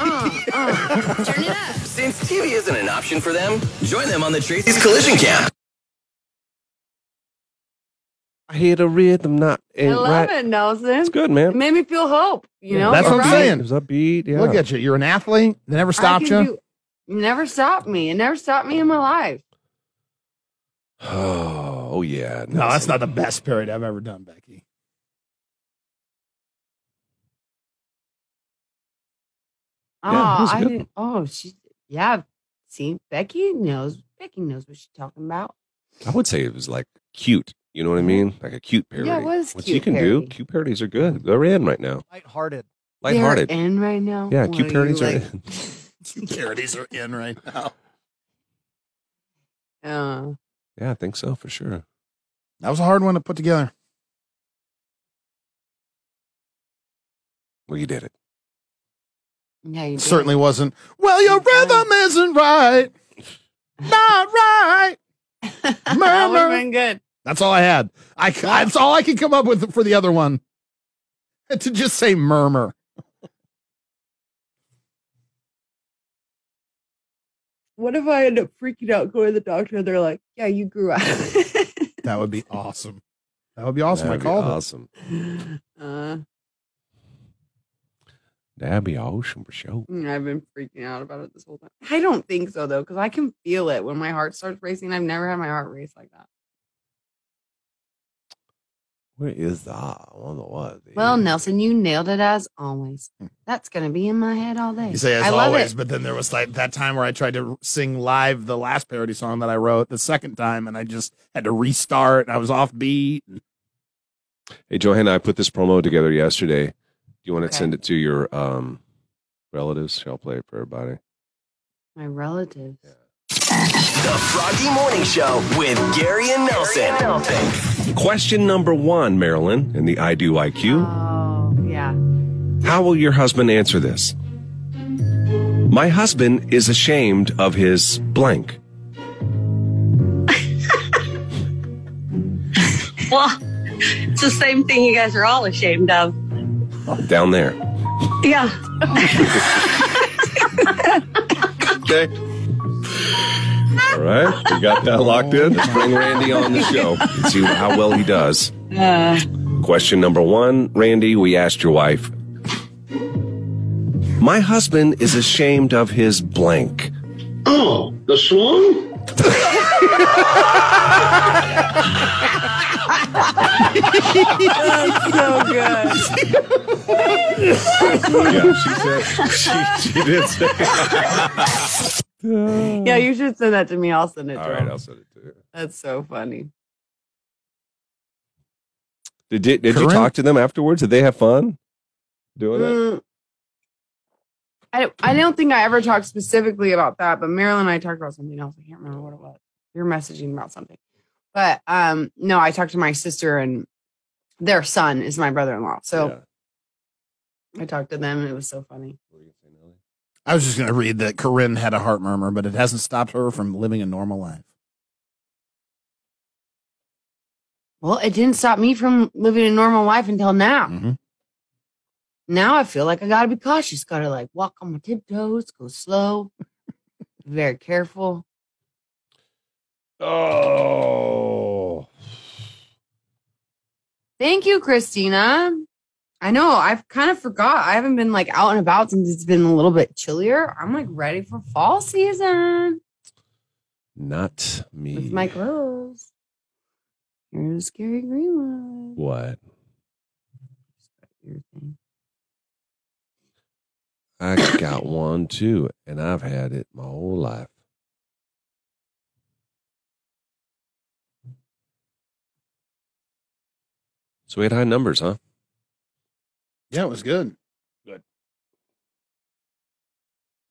D: uh, uh.
I: Turn it up.
C: Since TV isn't an option for them, join them on the Tracy's Collision Camp.
K: I hear the rhythm not
D: I
K: ain't
D: love
K: right.
D: it, Nelson.
K: It's good,
D: It
K: man.
D: made me feel hope. You know,
F: That's what I'm
D: Right?
F: saying.
K: It was upbeat. Yeah.
F: you. You're an athlete. They never
D: I can do- it never stopped me. It never stopped me in my life.
A: Oh, oh yeah.
F: No, that's not the best parody I've ever done, Becky.
D: Oh,
K: that was
D: I
K: good.
D: didn't. Oh, she. Yeah. See, Becky knows. Becky knows what she's talking about.
A: I would say it was like cute. You know what I mean? Like a cute parody.
D: Yeah, it was
A: Which
D: cute
A: you can do.
D: parody.
A: Cute parodies are good. They're in right now.
K: Lighthearted.
A: Lighthearted.
D: They're in right now.
A: Yeah,
D: What
A: cute
D: are you,
A: parodies are
D: like-
A: in.
F: Parodies are in right now.
D: Uh,
A: Yeah, I think so for sure.
F: That was a hard one to put together.
A: Well, you did it.
D: yeah, you did.
F: Certainly wasn't. Well, your rhythm isn't right. Not right.
D: That would have
F: Murmur.
D: been good.
F: That's all I had. I c that's all I could come up with for the other one. to just say murmur.
D: What if I end up freaking out, going to the doctor, and they're like, "Yeah, you grew up." Uh,
F: That would be awesome. That would be awesome.
A: That'd
F: I
A: be
F: called
A: awesome.
D: uh,
A: That'd be awesome for sure.
D: Mm, I've been freaking out about it this whole time. I don't think so though, because I can feel it when my heart starts racing. I've never had my heart race like that.
A: Where is the ah? I wonder what.
D: Well, Nelson, you nailed it as always. That's going to be in my head all day.
F: Hmm. You say as
D: I love
F: always,
D: it.
F: but then there was like that time where I tried to sing live the last parody song that I wrote the second time, and I just had to restart, and I was off beat.
A: Hey, Johanna, I put this promo together yesterday. Do you want to send it to your um, relatives? Shall I play it for everybody?
D: My relatives.
C: The Froggy Morning Show with Gary and Nelson.
A: Question number one, Marilyn, in the I Do IQ.
D: Oh, yeah.
A: How will your husband answer this? My husband is ashamed of his blank.
L: Well, it's the same thing you guys are all ashamed of.
A: Down there.
L: Yeah.
A: Okay. All right. We got that locked in. Let's bring Randy on the show and see how well he does.
L: Uh,
A: Question number one, Randy, we asked your wife. My husband is ashamed of his blank.
M: Oh, the swan?
B: That's so good.
A: yeah, she said she, she did say.
D: yeah, you should send that to me. I'll send it
A: All
D: to
A: right,
D: him.
A: I'll send it to you.
D: That's so funny.
A: Did, did, did you
D: Corinne?
A: talk to them afterwards? Did they have fun doing it?
D: Mm. I, don't- I don't think I ever talked specifically about that, but Marilyn and I talked about something else. I can't remember what it was. We were messaging about something. But um, no, I talked to my sister and their son is my brother in law. So I talked to them and it was so funny.
F: I was just going to read that Corinne had a heart murmur, but it hasn't stopped her from living a normal life.
D: Well, it didn't stop me from living a normal life until now. Now I feel like I gotta be cautious. Gotta like walk on my tiptoes, go slow, be very careful.
A: Oh.
D: Thank you, Christina. I know I've kind of forgot. I haven't been like out and about since it's been a little bit chillier. I'm like ready for fall season
A: Not me.
D: with my clothes. Here's Gary Greenwood.
A: What? I got one too, and I've had it my whole life. So we had high numbers, huh?
F: Yeah, it was good. Good.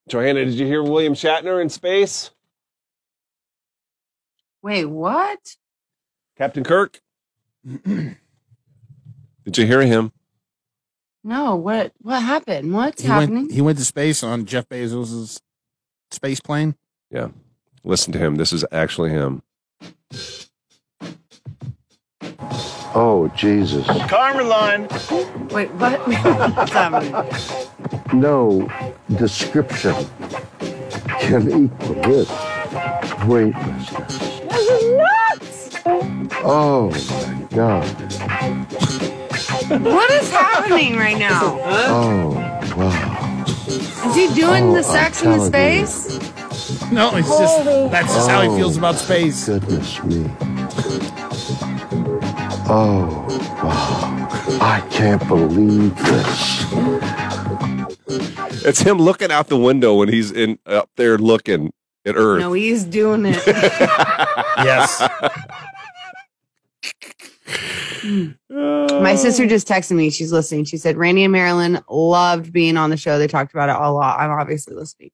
A: Johanna, did you hear William Shatner in space?
D: Wait, what?
A: Captain Kirk? did you hear him?
D: No, what what happened? What's
F: He
D: happening?
F: went, he went to space on Jeff Bezos' space plane.
A: Yeah. Listen to him. This is actually him.
N: Oh, Jesus.
D: Carmeline. Wait, what? What's happening?
N: No description can equal this. Wait,
B: This is nuts.
N: oh my God.
D: What is happening right now?
N: Oh, wow.
D: Is he doing
N: Oh,
D: the sex
N: I'm
D: in the
N: telling you.
D: space?
F: No, it's just that's just how he
N: Oh,
F: feels about space.
N: Goodness me. Oh, wow. I can't believe this.
A: It's him looking out the window when he's in up there looking at Earth.
D: No, he's doing it.
A: yes.
D: My sister just texted me. She's listening. She said Randy and Marilyn loved being on the show. They talked about it a lot. I'm obviously listening.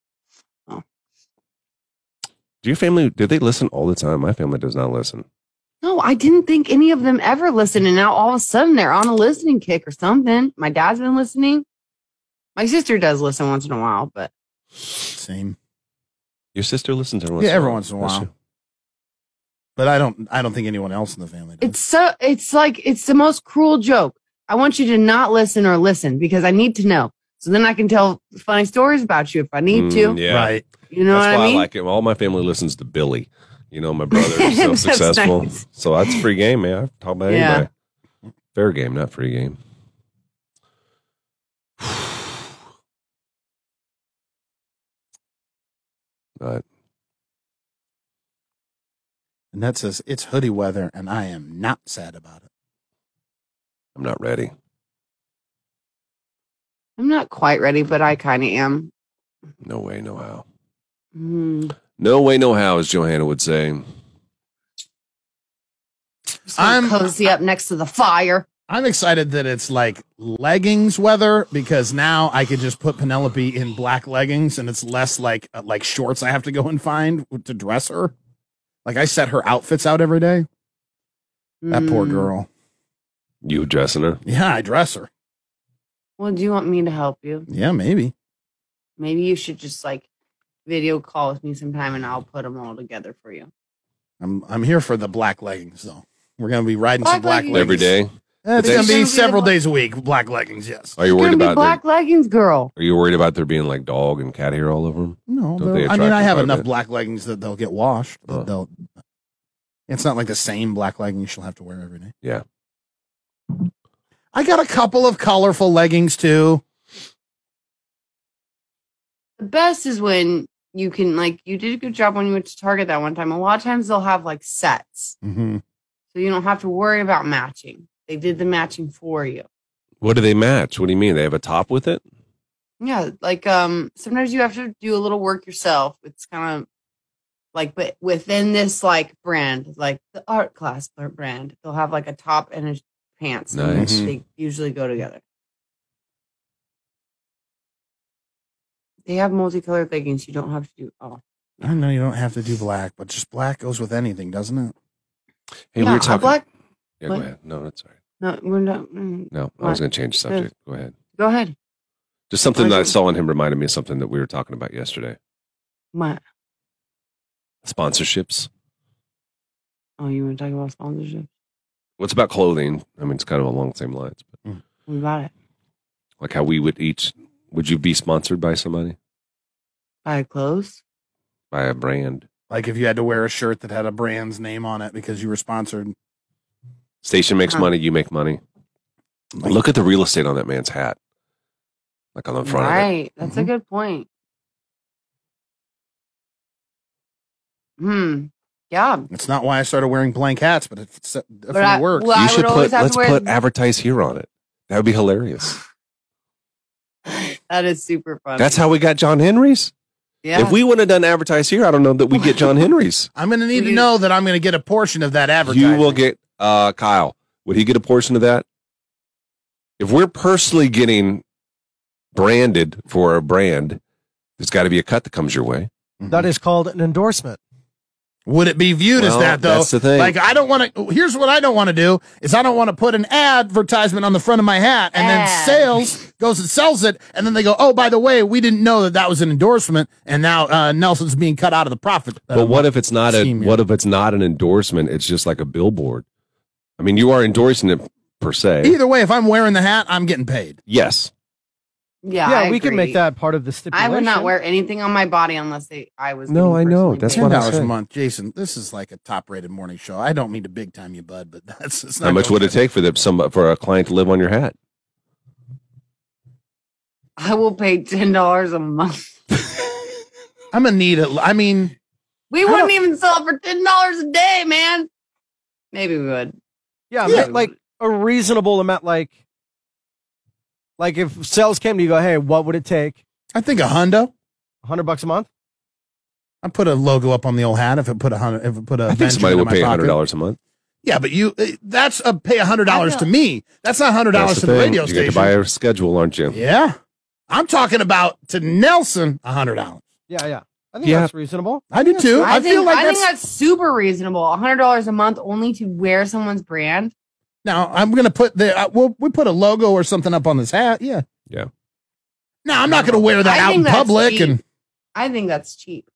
A: Do your family do they listen all the time? My family does not listen.
D: No, I didn't think any of them ever listened, and now all of a sudden they're on a listening kick or something. My dad's been listening. My sister does listen once in a while, but
F: Same.
A: Your sister listens every once
F: Yeah,
A: in a
F: every
A: while.
F: once in a
A: Does
F: while.
A: she?
F: But I don't I don't think anyone else in the family.
D: it's so it's like it's the most cruel joke. I want you to not listen or listen because I need to know. So then I can tell funny stories about you if I need
A: Mm,
D: to.
A: yeah. Right.
D: You know
A: that's
D: what
A: why
D: I mean?
A: like it. All my family listens to Billy. You know, my brother is so
D: That's
A: successful.
D: nice.
A: So that's free game, man. I talk about
D: Yeah.
A: anybody. Fair game, not free game. But
F: and that says it's hoodie weather, and I am not sad about it.
A: I'm not ready.
D: I'm not quite ready, but I kind of am.
A: No way, no how.
D: Mm.
A: No way, no how, as Johanna would say.
D: Just gonna cozy up next to the fire.
F: I'm excited that it's like leggings weather because now I can just put Penelope in black leggings and it's less like uh, like shorts I have to go and find to dress her. Like I set her outfits out every day. That poor
D: Mm.
F: girl.
A: You dressing her?
F: Yeah, I dress her.
D: Well, do you want me to help you?
F: Yeah, maybe.
D: Maybe you should just like video call with me sometime, and I'll put them all together for you.
F: I'm I'm here for the black leggings though. We're gonna be riding some
D: Black
F: black
D: leggings.
F: leggings
A: Every day?
F: Eh, it's
A: But
F: gonna
A: they-
F: be several days a week. Black leggings, yes.
A: Are you
D: You're
A: worried
D: gonna be
A: about there-
D: black leggings, girl.
A: Are you worried about there being like dog and cat hair all over them?
F: No,
A: Don't they
F: though- I mean I
A: attract
F: have
A: the
F: enough
A: carpet?
F: black leggings that they'll get washed. That they'll. It's not like the same black leggings she'll have to wear every day.
A: Yeah.
F: I got a couple of colorful leggings too.
D: The best is when you can like you did a good job when you went to Target that one time. A lot of times they'll have like sets,
F: Mm-hmm.
D: so you don't have to worry about matching. They did the matching for you.
A: What do they match? What do you mean? They have a top with it?
D: Yeah, like um sometimes you have to do a little work yourself. It's kind of like but within this like brand, like the art class br- brand, they'll have like a top and a pants. and
A: Nice.
D: They usually go together. They have multicolored leggings. You don't have to do all.
F: I know you don't have to do black, but just black goes with anything, doesn't it?
A: Hey,
D: Yeah,
A: we
D: a
A: were talking.
D: black-
A: yeah,
D: what?
A: go ahead. No, that's all right.
D: No, we're not. mm,
A: No, I was
D: What?
A: going to change the
D: Good.
A: subject. Go ahead.
D: Go ahead.
A: Just something that I saw in him reminded me of something that we were talking about yesterday.
D: My,
A: Sponsorships.
D: oh, you want to talk about sponsorship?
A: What's about clothing? I mean, it's kind of along the same lines, but
D: What about it?
A: like how we would each. Would you be sponsored by somebody
D: Buy clothes?
A: by a brand?
F: Like if you had to wear a shirt that had a brand's name on it because you were sponsored.
A: Station makes
F: Huh.
D: Uh-huh.
A: money. You make money. Look at the real estate on that man's hat. Like on the front of it.
D: Right. That's
A: Mhm.
D: a good point. Hmm. Yeah.
F: It's not why I started wearing blank hats, but it se- definitely
D: I-
F: works.
D: well, I
A: you
D: would
A: should
D: always
A: put.
D: have to
A: Let's
D: wear-
A: put advertise here on it. That would be hilarious.
D: That is super funny.
A: That's how we got John Henry's.
D: Yeah.
A: If we wouldn't have done advertise here, I don't know that we get John Henry's.
F: I'm going to need to know that I'm going to get a portion of that advertising.
A: you will get uh, Kyle. Would he get a portion of that? If we're personally getting branded for a brand, there's got to be a cut that comes your way.
K: That is called an endorsement.
F: Would it be viewed as
A: Well,
F: that though?
A: that's the thing.
F: Like I don't want to. Here's what I don't want to do is I don't want to put an advertisement on the front of my hat and then
D: Ad.
F: sales goes and sells it, and then they go, oh by the way, we didn't know that that was an endorsement, and now uh, Nelson's being cut out of the profit.
A: But what if it's not a
F: Scheme, yeah.
A: what if it's not an endorsement? It's just like a billboard. I mean, you are endorsing it per se.
F: Either way, if I'm wearing the hat, I'm getting paid.
A: Yes,
D: Yeah.
K: yeah,
D: I
K: we can make
D: agree.
K: that part of the
D: I
K: stipulation.
D: would not wear anything on my body unless they I was
A: No,
D: getting
A: I know.
D: personally
A: That's
D: paid.
F: Ten
A: what I
F: dollars a
A: said.
F: month, Jason. This is like a top-rated morning show. I don't mean to big time you, bud, but that's it's not
A: How much
F: going
A: would it
F: good.
A: take for the, some for a client to live on your hat?
D: I will pay ten dollars a month.
F: I'm gonna need it. I mean,
D: We wouldn't even sell it for ten dollars a day, man. Maybe we would.
K: Yeah,
D: Yeah.
K: ma- like a reasonable amount. Like, like if sales came to you, go, hey, what would it take?
F: I think a hundo.
K: Hundred bucks a month.
F: I put a logo up on the old hat. If it put a hundred, if it put a,
A: I think somebody would pay hundred dollars a month.
F: Yeah, but you uh, that's a pay hundred dollars to me. That's not hundred dollars
A: That's the
F: to the
A: thing.
F: radio
A: You get to
F: station.
A: buy a schedule, aren't you?
F: yeah, I'm talking about to Nelson a hundred dollars.
K: Yeah, yeah. I think
A: Yeah.
K: that's reasonable.
F: I do too. I,
D: I, think,
F: feel like
D: I
F: that's,
D: think that's super reasonable. hundred dollars a month only to wear someone's brand.
F: now. I'm gonna put the uh, we'll we put a logo or something up on this hat. Yeah.
A: Yeah.
F: Now I'm not gonna wear that
D: I
F: out
D: think
F: in
D: that's
F: public,
D: cheap.
F: and
D: I think that's cheap.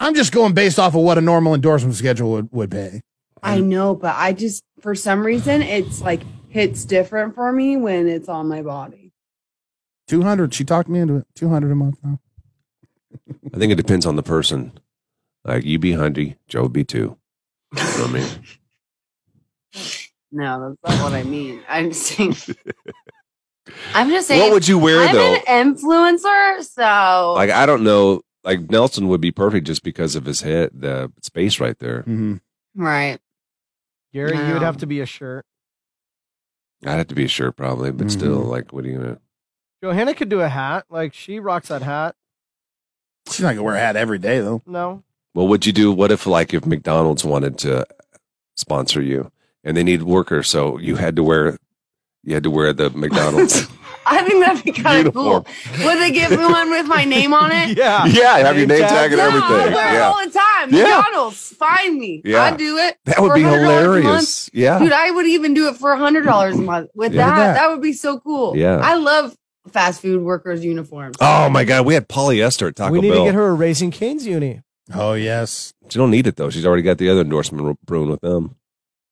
F: I'm just going based off of what a normal endorsement schedule would would pay.
D: I know, but I just for some reason it's like hits different for me when it's on my body.
F: Two hundred. She talked me into it. Two hundred a month now.
A: I think it depends on the person. Like you be hundy, Joe be two. You know what I mean?
D: No, that's not what I mean. I'm just saying. I'm just saying.
A: what would you wear
D: I'm
A: though?
D: an influencer, so
A: Like I don't know. Like Nelson would be perfect just because of his head, the space right there.
F: Mm-hmm.
D: right.
K: Gary, you would
D: No.
K: have to be a shirt.
A: I'd have to be a shirt probably, but still, like, what are you gonna?
K: Johanna could do a hat. Like she rocks that hat.
F: She's not gonna wear a hat every day though.
K: No.
A: Well, what'd you do? What if, like, if McDonald's wanted to sponsor you and they need workers, so you had to wear, you had to wear the McDonald's.
D: I think that'd be kind of cool.
A: Uniform.
D: Would they give me one with my name on it?
K: Yeah.
A: Yeah, have your name tag and
D: Yeah, I
A: everything.
D: wear it
A: Yeah.
D: all the time.
A: Yeah.
D: McDonald's, find me.
A: Yeah.
D: I'd do it.
A: That would
D: for
A: be
D: $100 a month.
A: hilarious. Yeah.
D: Dude, I would even do it for hundred dollars a month. With
A: Yeah.
D: that,
A: Yeah.
D: that, would be so cool.
A: Yeah.
D: I love fast food workers' uniforms.
A: Oh my God, we had polyester at Taco
K: we need to
A: Bell.
K: get her a Raising Cane's uni.
F: Oh yes.
A: She don't need it though. She's already got the other endorsement brewing with them.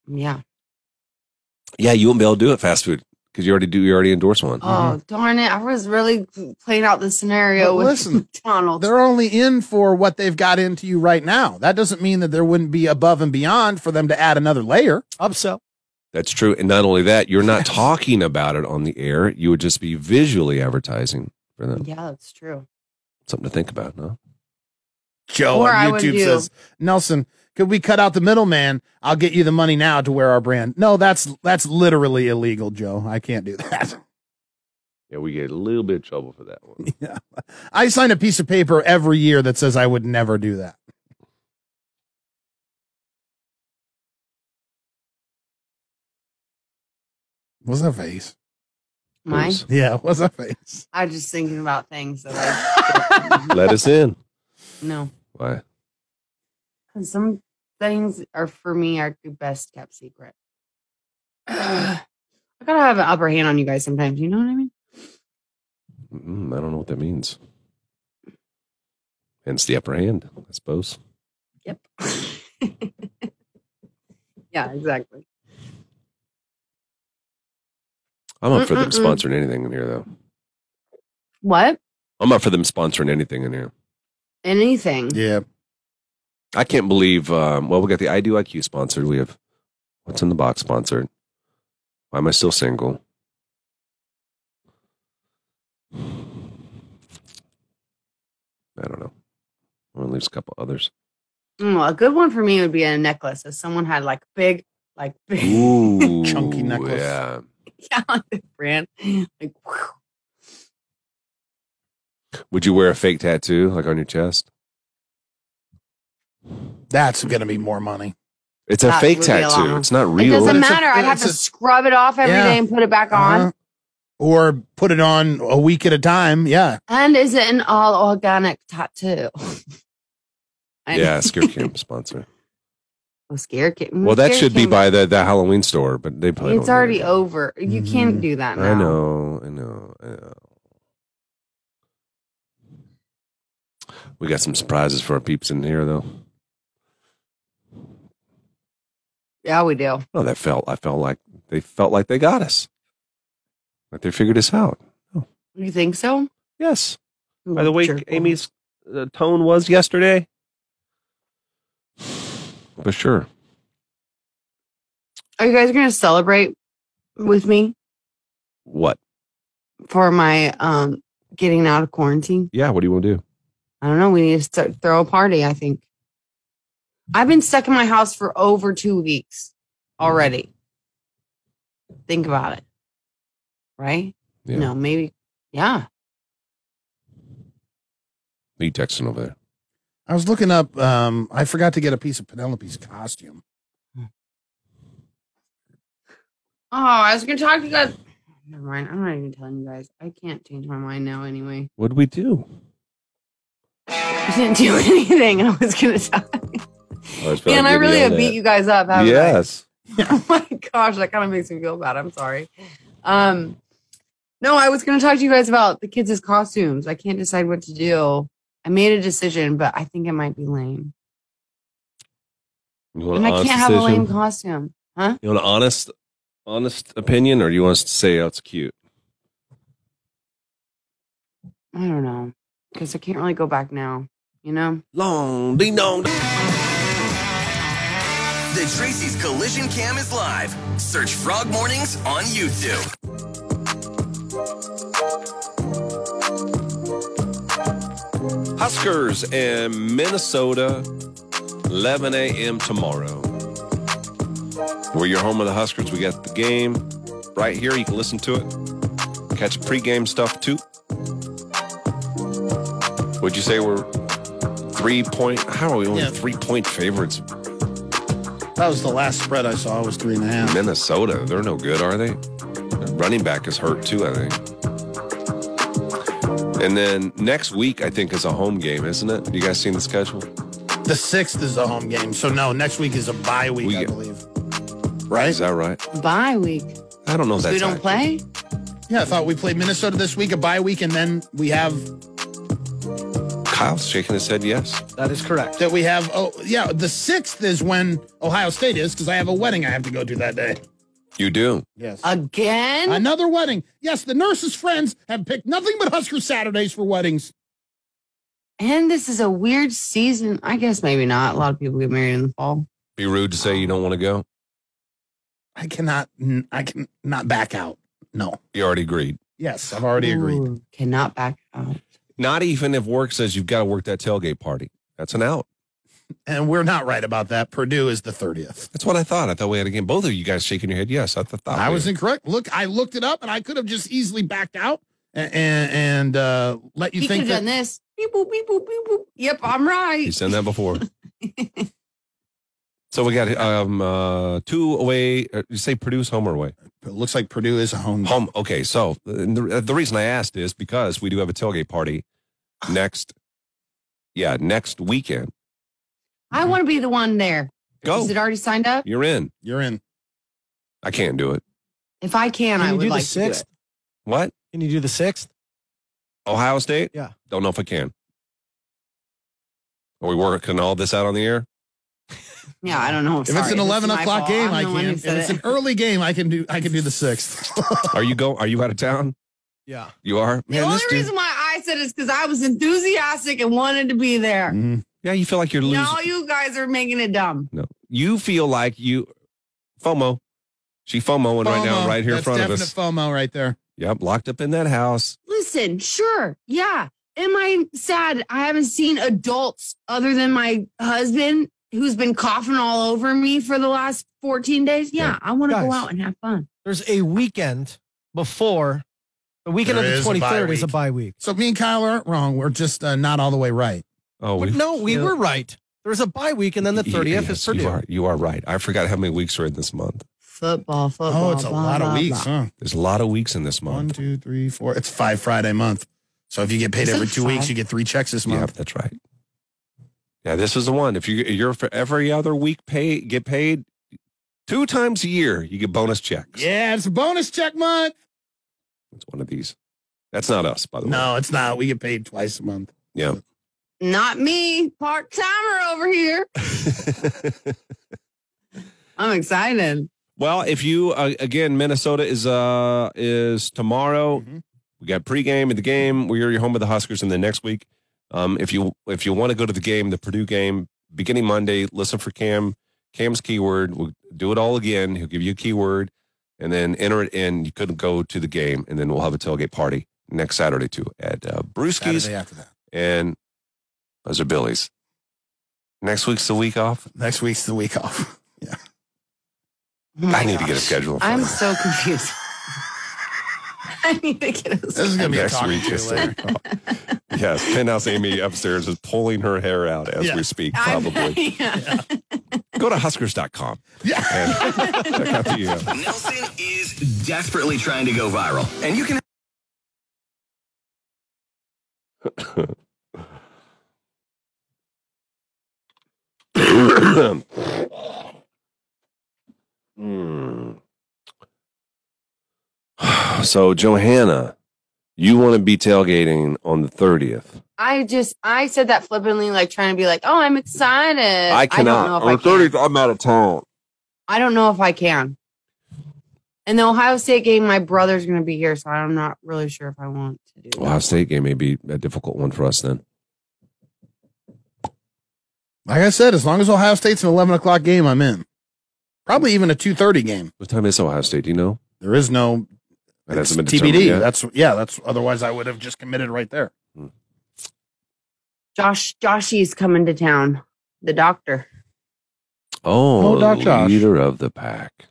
D: Yeah.
A: Yeah, you won't be able to do it fast food because you already do. You already endorse one.
F: Mm-hmm.
D: Oh darn it! I was really playing out the scenario
F: But
D: with
F: listen,
D: McDonald's.
F: They're only in for what they've got into you right now. That doesn't mean that there wouldn't be above and beyond for them to add another layer.
K: Upsell.
A: That's true. And not only that, you're not talking about it on the air. You would just be visually advertising for them.
D: Yeah, that's true.
A: Something to think about, no?
F: Joe
D: Or I
F: on
D: would
F: YouTube
D: do-
F: says, Nelson, could we cut out the middleman? I'll get you the money now to wear our brand. No, that's that's literally illegal, Joe. I can't do that.
A: Yeah, we get a little bit of trouble for that one.
F: yeah. I sign a piece of paper every year that says I would never do that. What's that face?
D: Mine.
F: Yeah, what's that face?
D: I was just thinking about things that I
A: Let us in.
D: no.
A: Why?
D: 'Cause Some things are for me are the best kept secret. Ugh. I gotta have an upper hand on you guys sometimes. You know what I mean?
A: Mm, I don't know what that means. Hence the upper hand, I suppose.
D: Yep. yeah, exactly.
A: I'm up for them
D: Mm-mm-mm.
A: sponsoring anything in here, though.
D: What?
A: I'm up for them sponsoring anything in here.
D: Anything.
F: Yeah.
A: I can't believe. Um, well, we got the I Do IQ sponsored. We have what's in the box sponsored. Why am I still single? I don't know. I'm gonna lose a couple others.
D: Mm, a good one for me would be a necklace. If someone had like big, like big
A: Ooh,
F: Chunky necklace.
A: Yeah.
D: brand, like whew.
A: Would you wear a fake tattoo like on your chest?
F: That's going to be more money.
A: It's a
D: That
A: fake
D: would be a lot
A: tattoo.
D: more-
A: It's not
D: it
A: real.
D: doesn't
F: But it's a-
D: matter. I'd have
F: it's
D: to
F: a-
D: scrub it off every day
F: Yeah.
D: and put it back on.
F: Uh-huh. Or put it on a week at a time. Yeah.
D: And is it an all organic tattoo? I-
A: yeah, Scare Camp sponsor.
D: Oh, scare kitten.
A: Well, that
D: Scare
A: should be
D: Kitten.
A: by the, the Halloween store, but they probably
D: It's
A: don't
D: already
A: get it.
D: over. You can't do that now.
A: I know, I know, I know. We got some surprises for our peeps in here, though.
D: Yeah, we do.
A: Oh, that felt I felt like they felt like they got us, like they figured us out.
D: You think so?
A: Yes.
D: By
A: the way, Amy's uh, tone was yesterday. But sure,
D: Are you guys going to celebrate with me
A: what?
D: for my um getting out of quarantine?
A: Yeah, what do you want to do?
D: I don't know. We need to start, throw a party, I think. I've been stuck in my house for over two weeks already. Think about it. Right?
A: Yeah.
D: No, maybe. Yeah.
A: Me texting over there.
F: I was looking up, um, I forgot to get a piece of Penelope's costume.
D: Oh, I was going to talk to you guys. Never mind. I'm not even telling you guys. I can't change my mind now anyway.
A: What do we do?
D: I didn't do anything. I was going to tell. Man, I really have beat you guys up. haven't I?
A: Yes.
D: oh my gosh, that kind of makes me feel bad. I'm sorry. Um, no, I was going to talk to you guys about the kids' costumes. I can't decide what to do. I made a decision, but I think it might be lame.
A: You
D: And I can't have a lame costume. Huh?
A: You want an honest, honest opinion, or do you want us to say oh, it's cute?
D: I don't know. Because I can't really go back now. You know?
A: Long ding dong.
C: The Tracy's Collision Cam is live. Search Frog Mornings on YouTube.
A: Huskers in Minnesota, 11 a.m. tomorrow. We're your home of the Huskers. We got the game. right here. You can listen to it. Catch pregame stuff too. Would you say we're three point? How are we only
F: Yeah.
A: three point favorites?
F: That was the last spread I saw was three and a half.
A: Minnesota, they're no good, are they? Their running back is hurt too, I think. And then next week, I think, is a home game, isn't it? You guys seen the schedule?
F: The sixth is a home game, so no, next week is a bye week, I believe. Right?
A: Is that right?
D: Bye week.
A: I don't know. if
D: we
A: That's
D: don't
A: accurate.
D: play.
F: Yeah, I thought we played Minnesota this week, a bye week, and then we have
A: Kyle's shaking his head. Yes.
F: that is correct. That we have oh yeah, the sixth is when Ohio State is because I have a wedding I have to go to that day.
A: You do.
F: Yes.
D: Again?
F: Another wedding. Yes, the nurses' friends have picked nothing but Husker Saturdays for weddings.
D: And this is a weird season. I guess maybe not. A lot of people get married in the fall.
A: Be rude to say you don't want to go.
F: I cannot n- I can not back out. No.
A: You already agreed.
F: Yes, I've already agreed.
D: Cannot back out.
A: Not even if work says you've got to work that tailgate party. That's an out.
F: And we're not right about that. Purdue is the 30th.
A: That's what I thought. I thought we had a game. Both of you guys shaking your head. Yes, I th- thought.
F: I
A: we-
F: was incorrect. Look, I looked it up and I could have just easily backed out and and, and uh, let you
D: he could
F: think
D: have
F: that
D: done this. Beep boop, beep boop, beep boop. Yep, I'm right.
A: He's done that before. so we got um uh two away. uh, You say Purdue's home or away?
F: It looks like Purdue is a home.
A: Home. Okay. So uh, the, the reason I asked is because we do have a tailgate party next. Yeah, next weekend.
D: I want to be the one there.
A: Go.
D: Is it already signed up?
A: You're in.
F: You're in.
A: I can't do it.
D: If I can,
K: Can
D: I
K: you
D: would
K: do the
D: like
K: sixth?
A: What?
K: Can you do the sixth?
A: Ohio State?
K: Yeah.
A: Don't know if I can. Are we working all this out on the air?
D: to do it. Yeah, I don't know.
F: If it's an eleven o'clock game, I can. If it's an
D: It.
F: early game, I can do. I can do the sixth.
A: Are you go? Are you out of town?
K: Yeah.
A: You are.
D: The only reason why I said it is because I was enthusiastic and wanted to be there.
A: Yeah, you feel like you're losing.
D: Now you guys are making it dumb.
A: No. You feel like you FOMO. She FOMOing right now,
F: FOMO.
A: right here in
F: That's
A: front of
F: definite
A: us.
F: FOMO right there.
A: Yep, locked up in that house.
D: Listen, sure, yeah. Am I sad? I haven't seen adults other than my husband who's been coughing all over me for the last 14 days. Yeah, I want to go
K: Guys.
D: out and have fun.
K: There's a weekend before the weekend
F: There
K: of the
F: is a bye
K: 23rd is a
F: week.
K: bye week.
F: So me and Kyle aren't wrong. We're just uh, not all the way right.
A: Oh,
K: But
A: we-
K: no, we
A: Yeah.
K: were right. There's a bye week, and then the 30th is
A: Yes, you
K: Purdue.
A: are, you are right. I forgot how many weeks are in this month.
D: Football, football.
F: oh, it's a
D: blah,
F: lot
D: blah,
F: of weeks,
D: blah.
F: huh?
A: There's a lot of weeks in this month.
F: One, two, three, four. It's five Friday month. So if you get paid
D: Is it
F: every two weeks,
D: five?
F: you get three checks this
A: Yeah,
F: month.
A: that's right. Yeah, this is the one. If you you're for every other week pay get paid two times a year, you get bonus checks.
F: Yeah, it's a bonus check month.
A: It's one of these. That's not us, by the way.
F: No, it's not. We get paid twice a month.
A: Yeah.
D: Not me, part timer over here. I'm excited.
A: Well, if you uh, again, Minnesota is uh is tomorrow. We got pregame and the game. We're your home of the Huskers, and then next week, um, if you if you want to go to the game, the Purdue game beginning Monday. Listen for Cam. Cam's keyword. We'll do it all again. He'll give you a keyword, and then enter it in. You could go to the game, and then we'll have a tailgate party next Saturday too at uh, Brewski's
F: Saturday after that.
A: and Buzzer Billy's. Next week's the week off.
F: Next week's the week off. Yeah.
D: Oh my
A: I need to get a
D: gosh.
A: schedule. For
D: I'm
A: that.
D: so confused. I need to get a
F: This is gonna be a
A: Next
F: talk
A: week
F: to you
A: is
F: later.
A: Yes, penthouse Amy upstairs is pulling her hair out as
F: Yeah.
A: we speak,
D: I'm-
A: probably.
D: yeah.
A: Go to huskers.com.
F: Yeah.
A: And check out the, uh,
C: Nelson is desperately trying to go viral, and you can
A: uh, Hmm. So, Johanna, you want to be tailgating on the 30th.
D: I just I said that flippantly, like trying to be like, "Oh, I'm excited."
A: I
D: don't
A: cannot.
D: know
A: on
D: if I
A: the
D: can.
A: 30th, I'm out of town.
D: I don't know if I can. And the Ohio State game, my brother's going to be here, so I'm not really sure if I want to do.
A: Ohio State game may be a difficult one for us then.
F: Like I said, as long as Ohio State's an eleven o'clock game, I'm in. Probably even a two thirty game.
A: What time is Ohio State? Do you know?
F: There is no
A: That hasn't
F: it's
A: been determined
F: TBD.
A: yet.
F: That's yeah. That's otherwise I would have just committed right there.
D: Josh, Joshy's coming to town. The doctor.
A: Oh,
F: Oh, Doc Josh.
A: leader of the pack.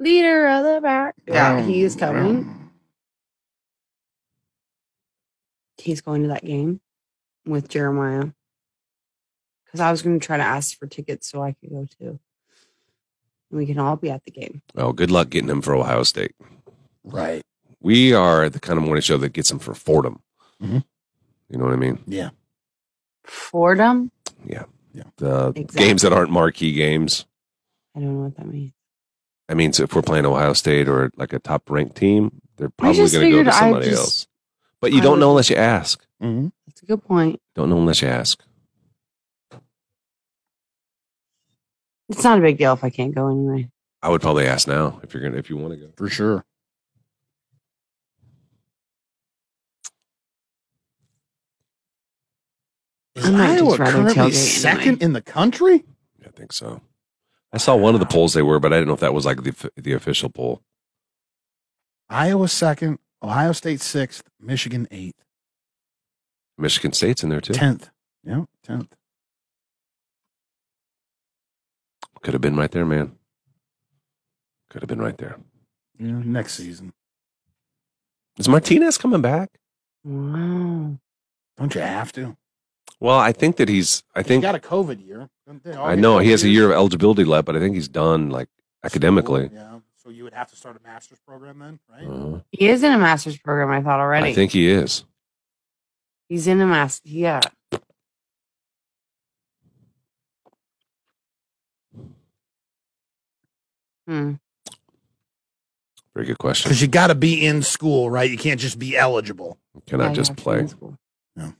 D: Leader of the back. Yeah, he is coming. He's going to that game with Jeremiah. Because I was going to try to ask for tickets so I could go too. And we can all be at the game.
A: Well, good luck getting him for Ohio State.
F: Right.
A: We are the kind of morning show that gets him for Fordham.
F: Mhm.
A: You know what I mean?
F: Yeah.
D: Fordham?
A: The
D: Exactly.
A: games that aren't marquee games.
D: I don't know what that means.
A: I mean, so if we're playing Ohio State or like a top ranked team, they're probably
D: just
A: going to go
D: figured
A: to
D: I
A: somebody
D: just-
A: else. But you
D: I
A: don't
D: would-
A: know unless you ask.
D: That's a good point.
A: Don't know unless you ask.
D: It's not a big deal if I can't go anyway.
A: I would probably ask now if you're gonna if you want to go
F: for sure. Is
D: I might just
F: Iowa
D: rather
F: currently
D: tailgate
F: second
D: anyway.
F: in the country?
A: I think so. I saw one of the polls they were, but I didn't know if that was like the the official poll.
F: Iowa second, Ohio State sixth, Michigan eighth,
A: Michigan State's in there too.
F: tenth. Yeah, tenth.
A: Could have been right there, man. Could have been right there.
F: Yeah, next season.
A: Is Martinez coming back?
D: Wow.
F: Don't you have to?
A: Well, I think that he's. I
F: You
A: think
F: got a COVID year. don't they? All
A: I
F: these
A: know he has a
F: years.
A: year of eligibility left, but I think he's done like academically.
F: Yeah. So you would have to start a master's program then, right?
A: Uh-huh.
D: He is in a master's program, I thought already.
A: I think he is.
D: He's in a master. Yeah. Hmm.
A: Very good question.
F: Because you got to be in school, right? You can't just be eligible.
A: Can I just play?
F: Yeah.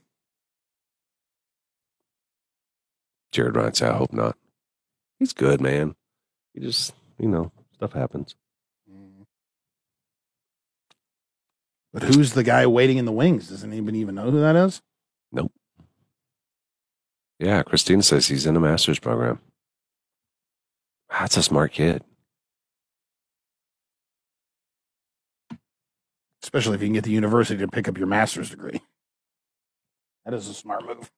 A: Jared Ryan said, I hope not. He's good, man. He just, you know, stuff happens.
F: But who's the guy waiting in the wings? Doesn't anybody even know who that is?
A: Yeah, Christine says he's in a master's program. That's a smart kid.
F: Especially if you can get the university to pick up your master's degree. That is a smart move.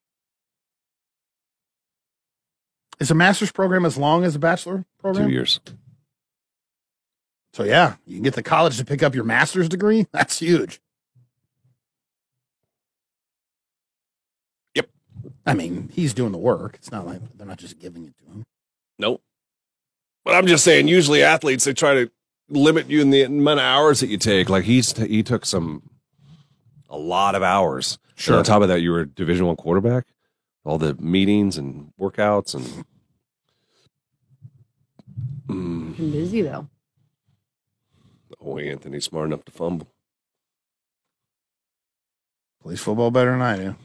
F: Is a master's program as long as a bachelor
A: Two
F: program?
A: years.
F: So yeah, you can get the college to pick up your master's degree. That's huge.
A: Yep.
F: I mean, he's doing the work. It's not like they're not just giving it to him.
A: Nope. But I'm just saying, usually athletes, they try to limit you in the amount of hours that you take. Like he's, he took some, a lot of hours. And
F: Sure.
A: on top of that, you were a division one quarterback, all the meetings and workouts and. Mm.
D: Been busy though.
A: Oh, Anthony's smart enough to fumble.
F: Plays football better than I do.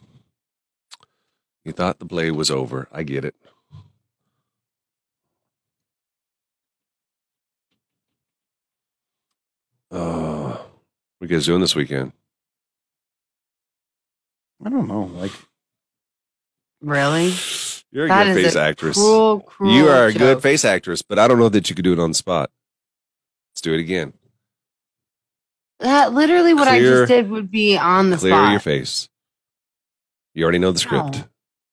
A: You thought the play was over. I get it. Uh, what you guys doing this weekend?
F: I don't know. Like
D: Really?
A: You're a
D: That
A: good
D: is
A: face
D: a
A: actress.
D: Cruel, cruel
A: you are a good
D: joke.
A: face actress, but I don't know that you could do it on the spot. Let's do it again.
D: That literally what I
A: Clear-
D: just did would be on the
A: Clear
D: spot.
A: your face. You already know the script.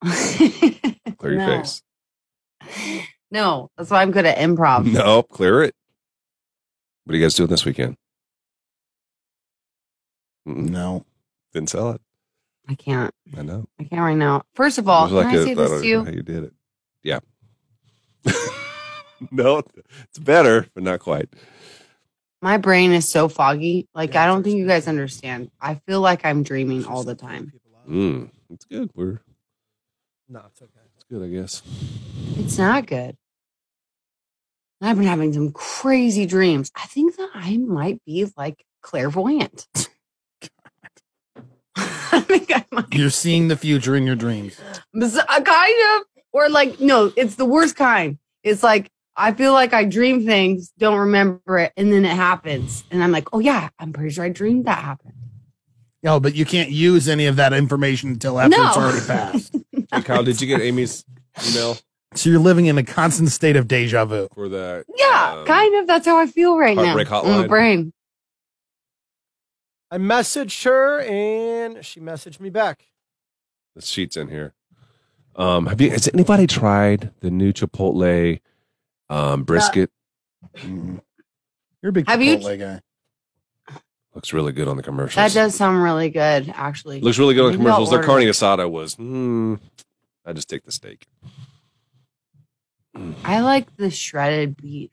A: Clear your
D: No.
A: face.
D: No, that's why I'm good at improv.
A: Nope, clear it. What are you guys doing this weekend? Mm-mm,
F: no.
A: Didn't sell it.
D: I can't.
A: I know.
D: I can't right now. First of all,
A: It was
D: can I
A: a-
D: say
A: don't
D: this to
A: know
D: you?
A: How you did it? Yeah. no, it's better, but not quite.
D: My brain is so foggy. Like I don't think you guys understand. I feel like I'm dreaming all the time.
A: Mm, it's good. We're
J: No, it's okay.
A: it's good, I guess.
D: It's not good. And I've been having some crazy dreams. I think that I might be like clairvoyant. I think I might.
F: You're seeing the future in your dreams.
D: Bes- uh, kind of or like no it's the worst kind it's like i feel like i dream things don't remember it and then it happens and i'm like oh yeah i'm pretty sure i dreamed that happened
F: No, but you can't use any of that information until after
D: No.
F: it's already passed.
A: Hey, Kyle, did you get Amy's email
F: so you're living in a constant state of deja vu.
A: for the
D: yeah
A: um,
D: kind of that's how i feel right now
A: Heartbreak
D: in my
A: Hotline.
D: brain
K: I messaged her and she messaged me back.
A: the sheets in here? Um, have you? Has anybody tried the new Chipotle um, brisket?
F: Mm. You're a big
D: Have you-
F: Chipotle guy.
A: Looks really good on the commercials.
D: That does sound really good, actually.
A: Looks really good on
D: Maybe I'll
A: commercials. Their
D: order
A: carne
D: it.
A: asada was. Mm, I just take the steak.
D: I like the shredded beef.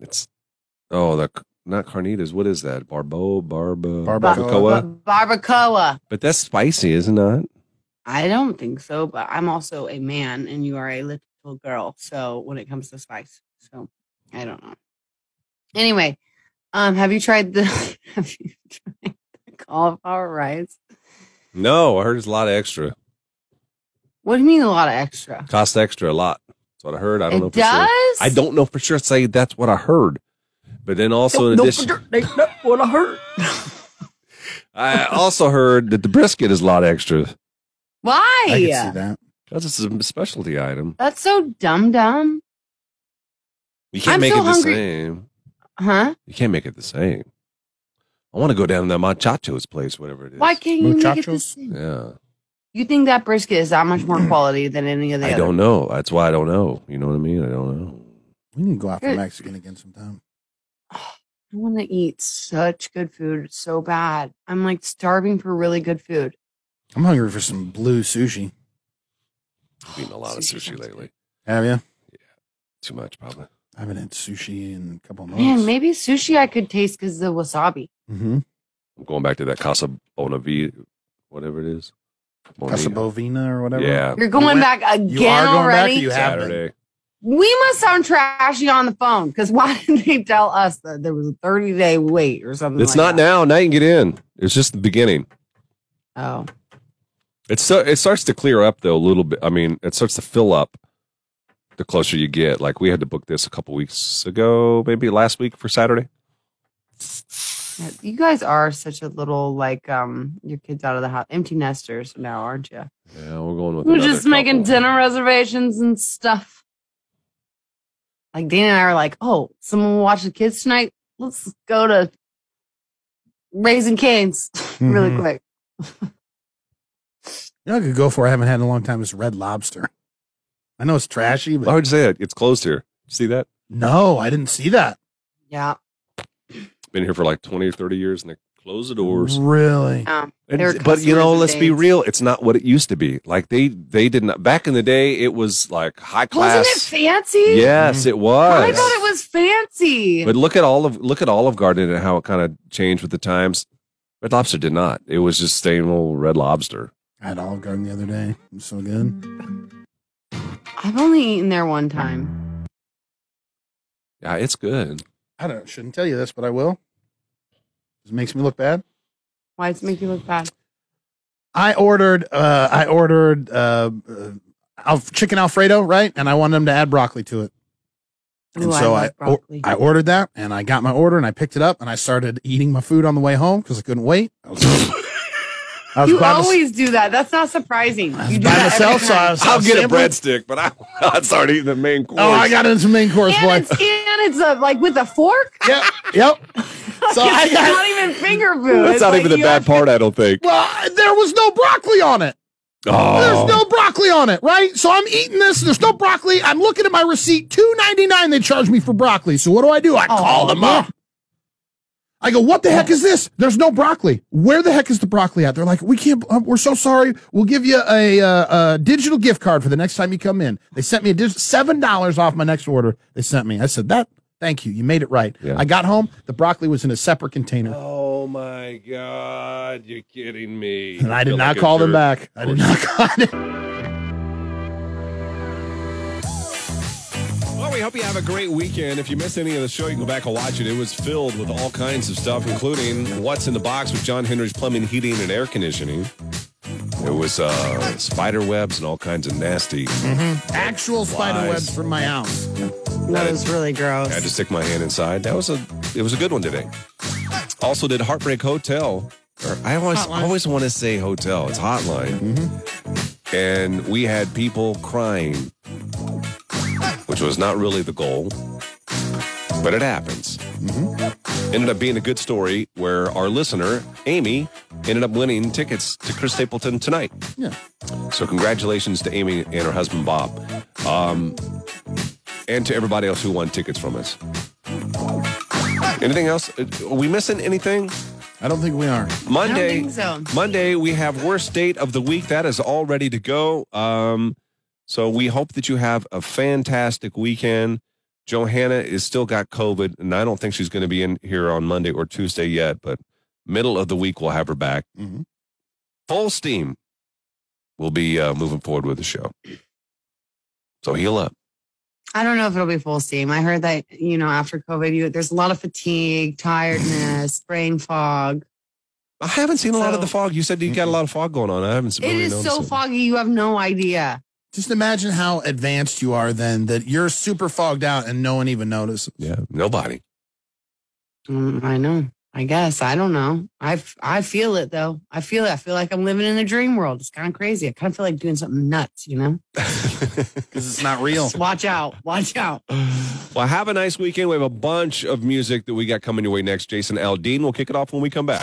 A: It's oh the not carnitas. What is that? Barbo barbo barbacoa.
D: Barbacoa. Barbacoa.
A: But that's spicy, isn't it?
D: I don't think so, but I'm also a man and you are a little girl. So when it comes to spice, so I don't know. Anyway, um, have you tried the have you tried the cauliflower rice?
A: No, I heard it's a lot of extra.
D: What do you mean a lot of extra?
A: Cost extra a lot. That's what I heard. I don't
D: It
A: know for
D: does?
A: sure. I don't know for sure. Say that's what I heard. But then also in addition,
D: what I heard.
A: I also heard that the brisket is a lot extra
D: Why?
A: that because it's a specialty item.
D: That's so dumb dumb.
A: You can't
D: I'm
A: make
D: so
A: it the
D: hungry.
A: same.
D: Huh?
A: You can't make it the same. I want to go down to that machacho's place, whatever it is.
D: Why can't you make it the same?
A: Yeah.
D: You think that brisket is that much more quality than any of the
A: I
D: other?
A: don't know. That's why I don't know. You know what I mean? I don't know.
F: We need to go out for
D: Good.
F: Mexican again sometime.
D: I want to eat such good food so bad. I'm like starving for really good food.
F: I'm hungry for some blue sushi.
A: I've eaten a lot of sushi lately.
F: Have you?
A: Too much, probably.
F: I haven't had sushi in a couple months.
D: Man, maybe sushi I could taste because the wasabi.
F: Mm-hmm.
A: I'm going back to that Casa Bonavita, whatever it is.
F: Casa
A: Bonavita.
F: Bovina or whatever.
A: Yeah.
D: You're going
F: went-
D: back again
F: You are going back or
D: already.
F: you have been?
A: Saturday.
D: we must sound trashy on the phone because why didn't they tell us that there was a 30 day wait or something?
A: It's not
D: like
A: now. Now you can get in. It's just the beginning.
D: Oh.
A: It's so it starts to clear up though a little bit. I mean, it starts to fill up the closer you get. Like we had to book this a couple weeks ago, maybe last week for Saturday.
D: that? You guys are such a little like um your kids out of the house, empty nesters now, aren't you?
A: Yeah, we're going with
D: We're
A: another
D: just making
A: couple.
D: dinner reservations and stuff. Like Dana and I are like, oh, someone will watch the kids tonight. Let's go to Raising Canes really
A: Mm-hmm.
F: Mhm.
D: quick.
F: You know, what I could go for. I haven't had in a long time. Is Red Lobster. I know it's trashy, but
A: Why would you say that? It's closed here. See that?
F: no, I didn't see that.
D: Yeah.
A: Been here for like 20 or 30 years and they close the doors.
F: Really?
A: And- Mm-hmm. but you know, let's be real. It's not what it used to be. Like they they did not back in the day. It was like high class.
D: Wasn't it fancy?
A: Yes, it was.
D: I thought it was fancy.
A: But look at all of look at Olive Garden and how it kind of changed with the times. Red Lobster did not. It was just same old Red Lobster.
F: I had Olive Garden the other day. It was so good.
D: I've only eaten there one time.
A: Yeah, it's good.
F: I don't. Shouldn't tell you this, but I will. It makes me look bad.
D: Why does it make you look bad?
F: I ordered. Uh, I ordered uh, uh, Alf- chicken Alfredo, right? And I wanted them to add broccoli to it. And
D: Ooh, I
F: so
D: love
F: I,
A: oh,
F: or-
D: broccoli.
F: I ordered that, and I got my order, and I picked it up, and I started eating my food on the way home because I couldn't wait. I was, I was
D: You
F: by, mys-
D: always do that. That's not surprising. You do
F: by
D: that every
F: myself, so I
D: time.
F: was, I
A: I'll
F: was
A: get a
F: sampling-
A: breadstick, but I I started eating the main course.
F: Oh, I got into the main course, boy.
D: And it's, and it's uh, like with a fork.
F: yep, yep. So I
D: it's not
F: got.
D: even finger food.
A: That's
D: It's
A: not
D: like
A: even the
D: you
A: bad part. I don't think.
F: Well, there was no broccoli on it.
A: Oh,
F: There's no broccoli on it, right? So I'm eating this. There's no broccoli. I'm looking at my receipt. Two ninety nine. They charge me for broccoli. So what do I do? I call them up. I go, what the heck is this? There's no broccoli. Where the heck is the broccoli at? They're like, we can't. Uh, we're so sorry. We'll give you a, uh a digital gift card for the next time you come in. They sent me a dig- seven dollars off my next order. They sent me. I said that. Thank you. You made it right.
A: Yeah.
F: I got home. The broccoli was in a separate container,
A: Oh my God! You're kidding me.
F: and I
A: feel
F: did
A: like
F: not
A: a
F: call them
A: jerk.
F: back. I did not. Call
A: Well, we hope you have a great weekend. If you missed any of the show, you can go back and watch it. It was filled with all kinds of stuff, including What's in the Box with John Henry's Plumbing, Heating, and Air Conditioning. There was uh, spider webs and all kinds of nasty.
F: Actual spider webs from my house.
A: That
D: was really
A: I
D: gross.
A: had to stick my hand inside. That was a it was a good one today. Also did Heartbreak Hotel. Or I always
F: Hotline.
A: always want to say hotel. It's hotline.
F: Mm-hmm.
A: And we had people crying, which was not really the goal, but it happens.
F: Mm-hmm.
A: Ended up being a good story where our listener Amy ended up winning tickets to Chris Stapleton tonight.
F: Yeah.
A: So congratulations to Amy and her husband Bob, um, and to everybody else who won tickets from us. Anything else? Uh, Are we missing anything?
F: I don't think we are.
A: Monday.
D: I don't think so.
A: Monday we have worst date of the week. That is all ready to go. Um, so we hope that you have a fantastic weekend. Johanna is still got COVID, and I don't think she's going to be in here on Monday or Tuesday yet. But middle of the week we'll have her back.
F: Mhm.
A: Full steam. We'll be uh, moving forward with the show. So heal up.
D: I don't know if it'll be full steam. I heard that you know after COVID, you there's a lot of fatigue, tiredness, brain fog.
A: I haven't seen a lot of the fog. You said you got a lot of fog going on. I haven't.
D: It
A: really
D: is
A: noticed
D: so foggy, you have no idea.
F: Just imagine how advanced you are then that you're super fogged out and no one even notices.
A: Yeah, nobody.
D: Mm, I know. I guess I don't know. I f- I feel it though. I feel it. I feel like I'm living in a dream world. It's kind of crazy. I kind of feel like doing something nuts. You know.
F: Because it's not real.
D: Just watch out. Watch out.
A: Well, have a nice weekend. We have a bunch of music that we got coming your way next. Jason Aldean will kick it off when we come back.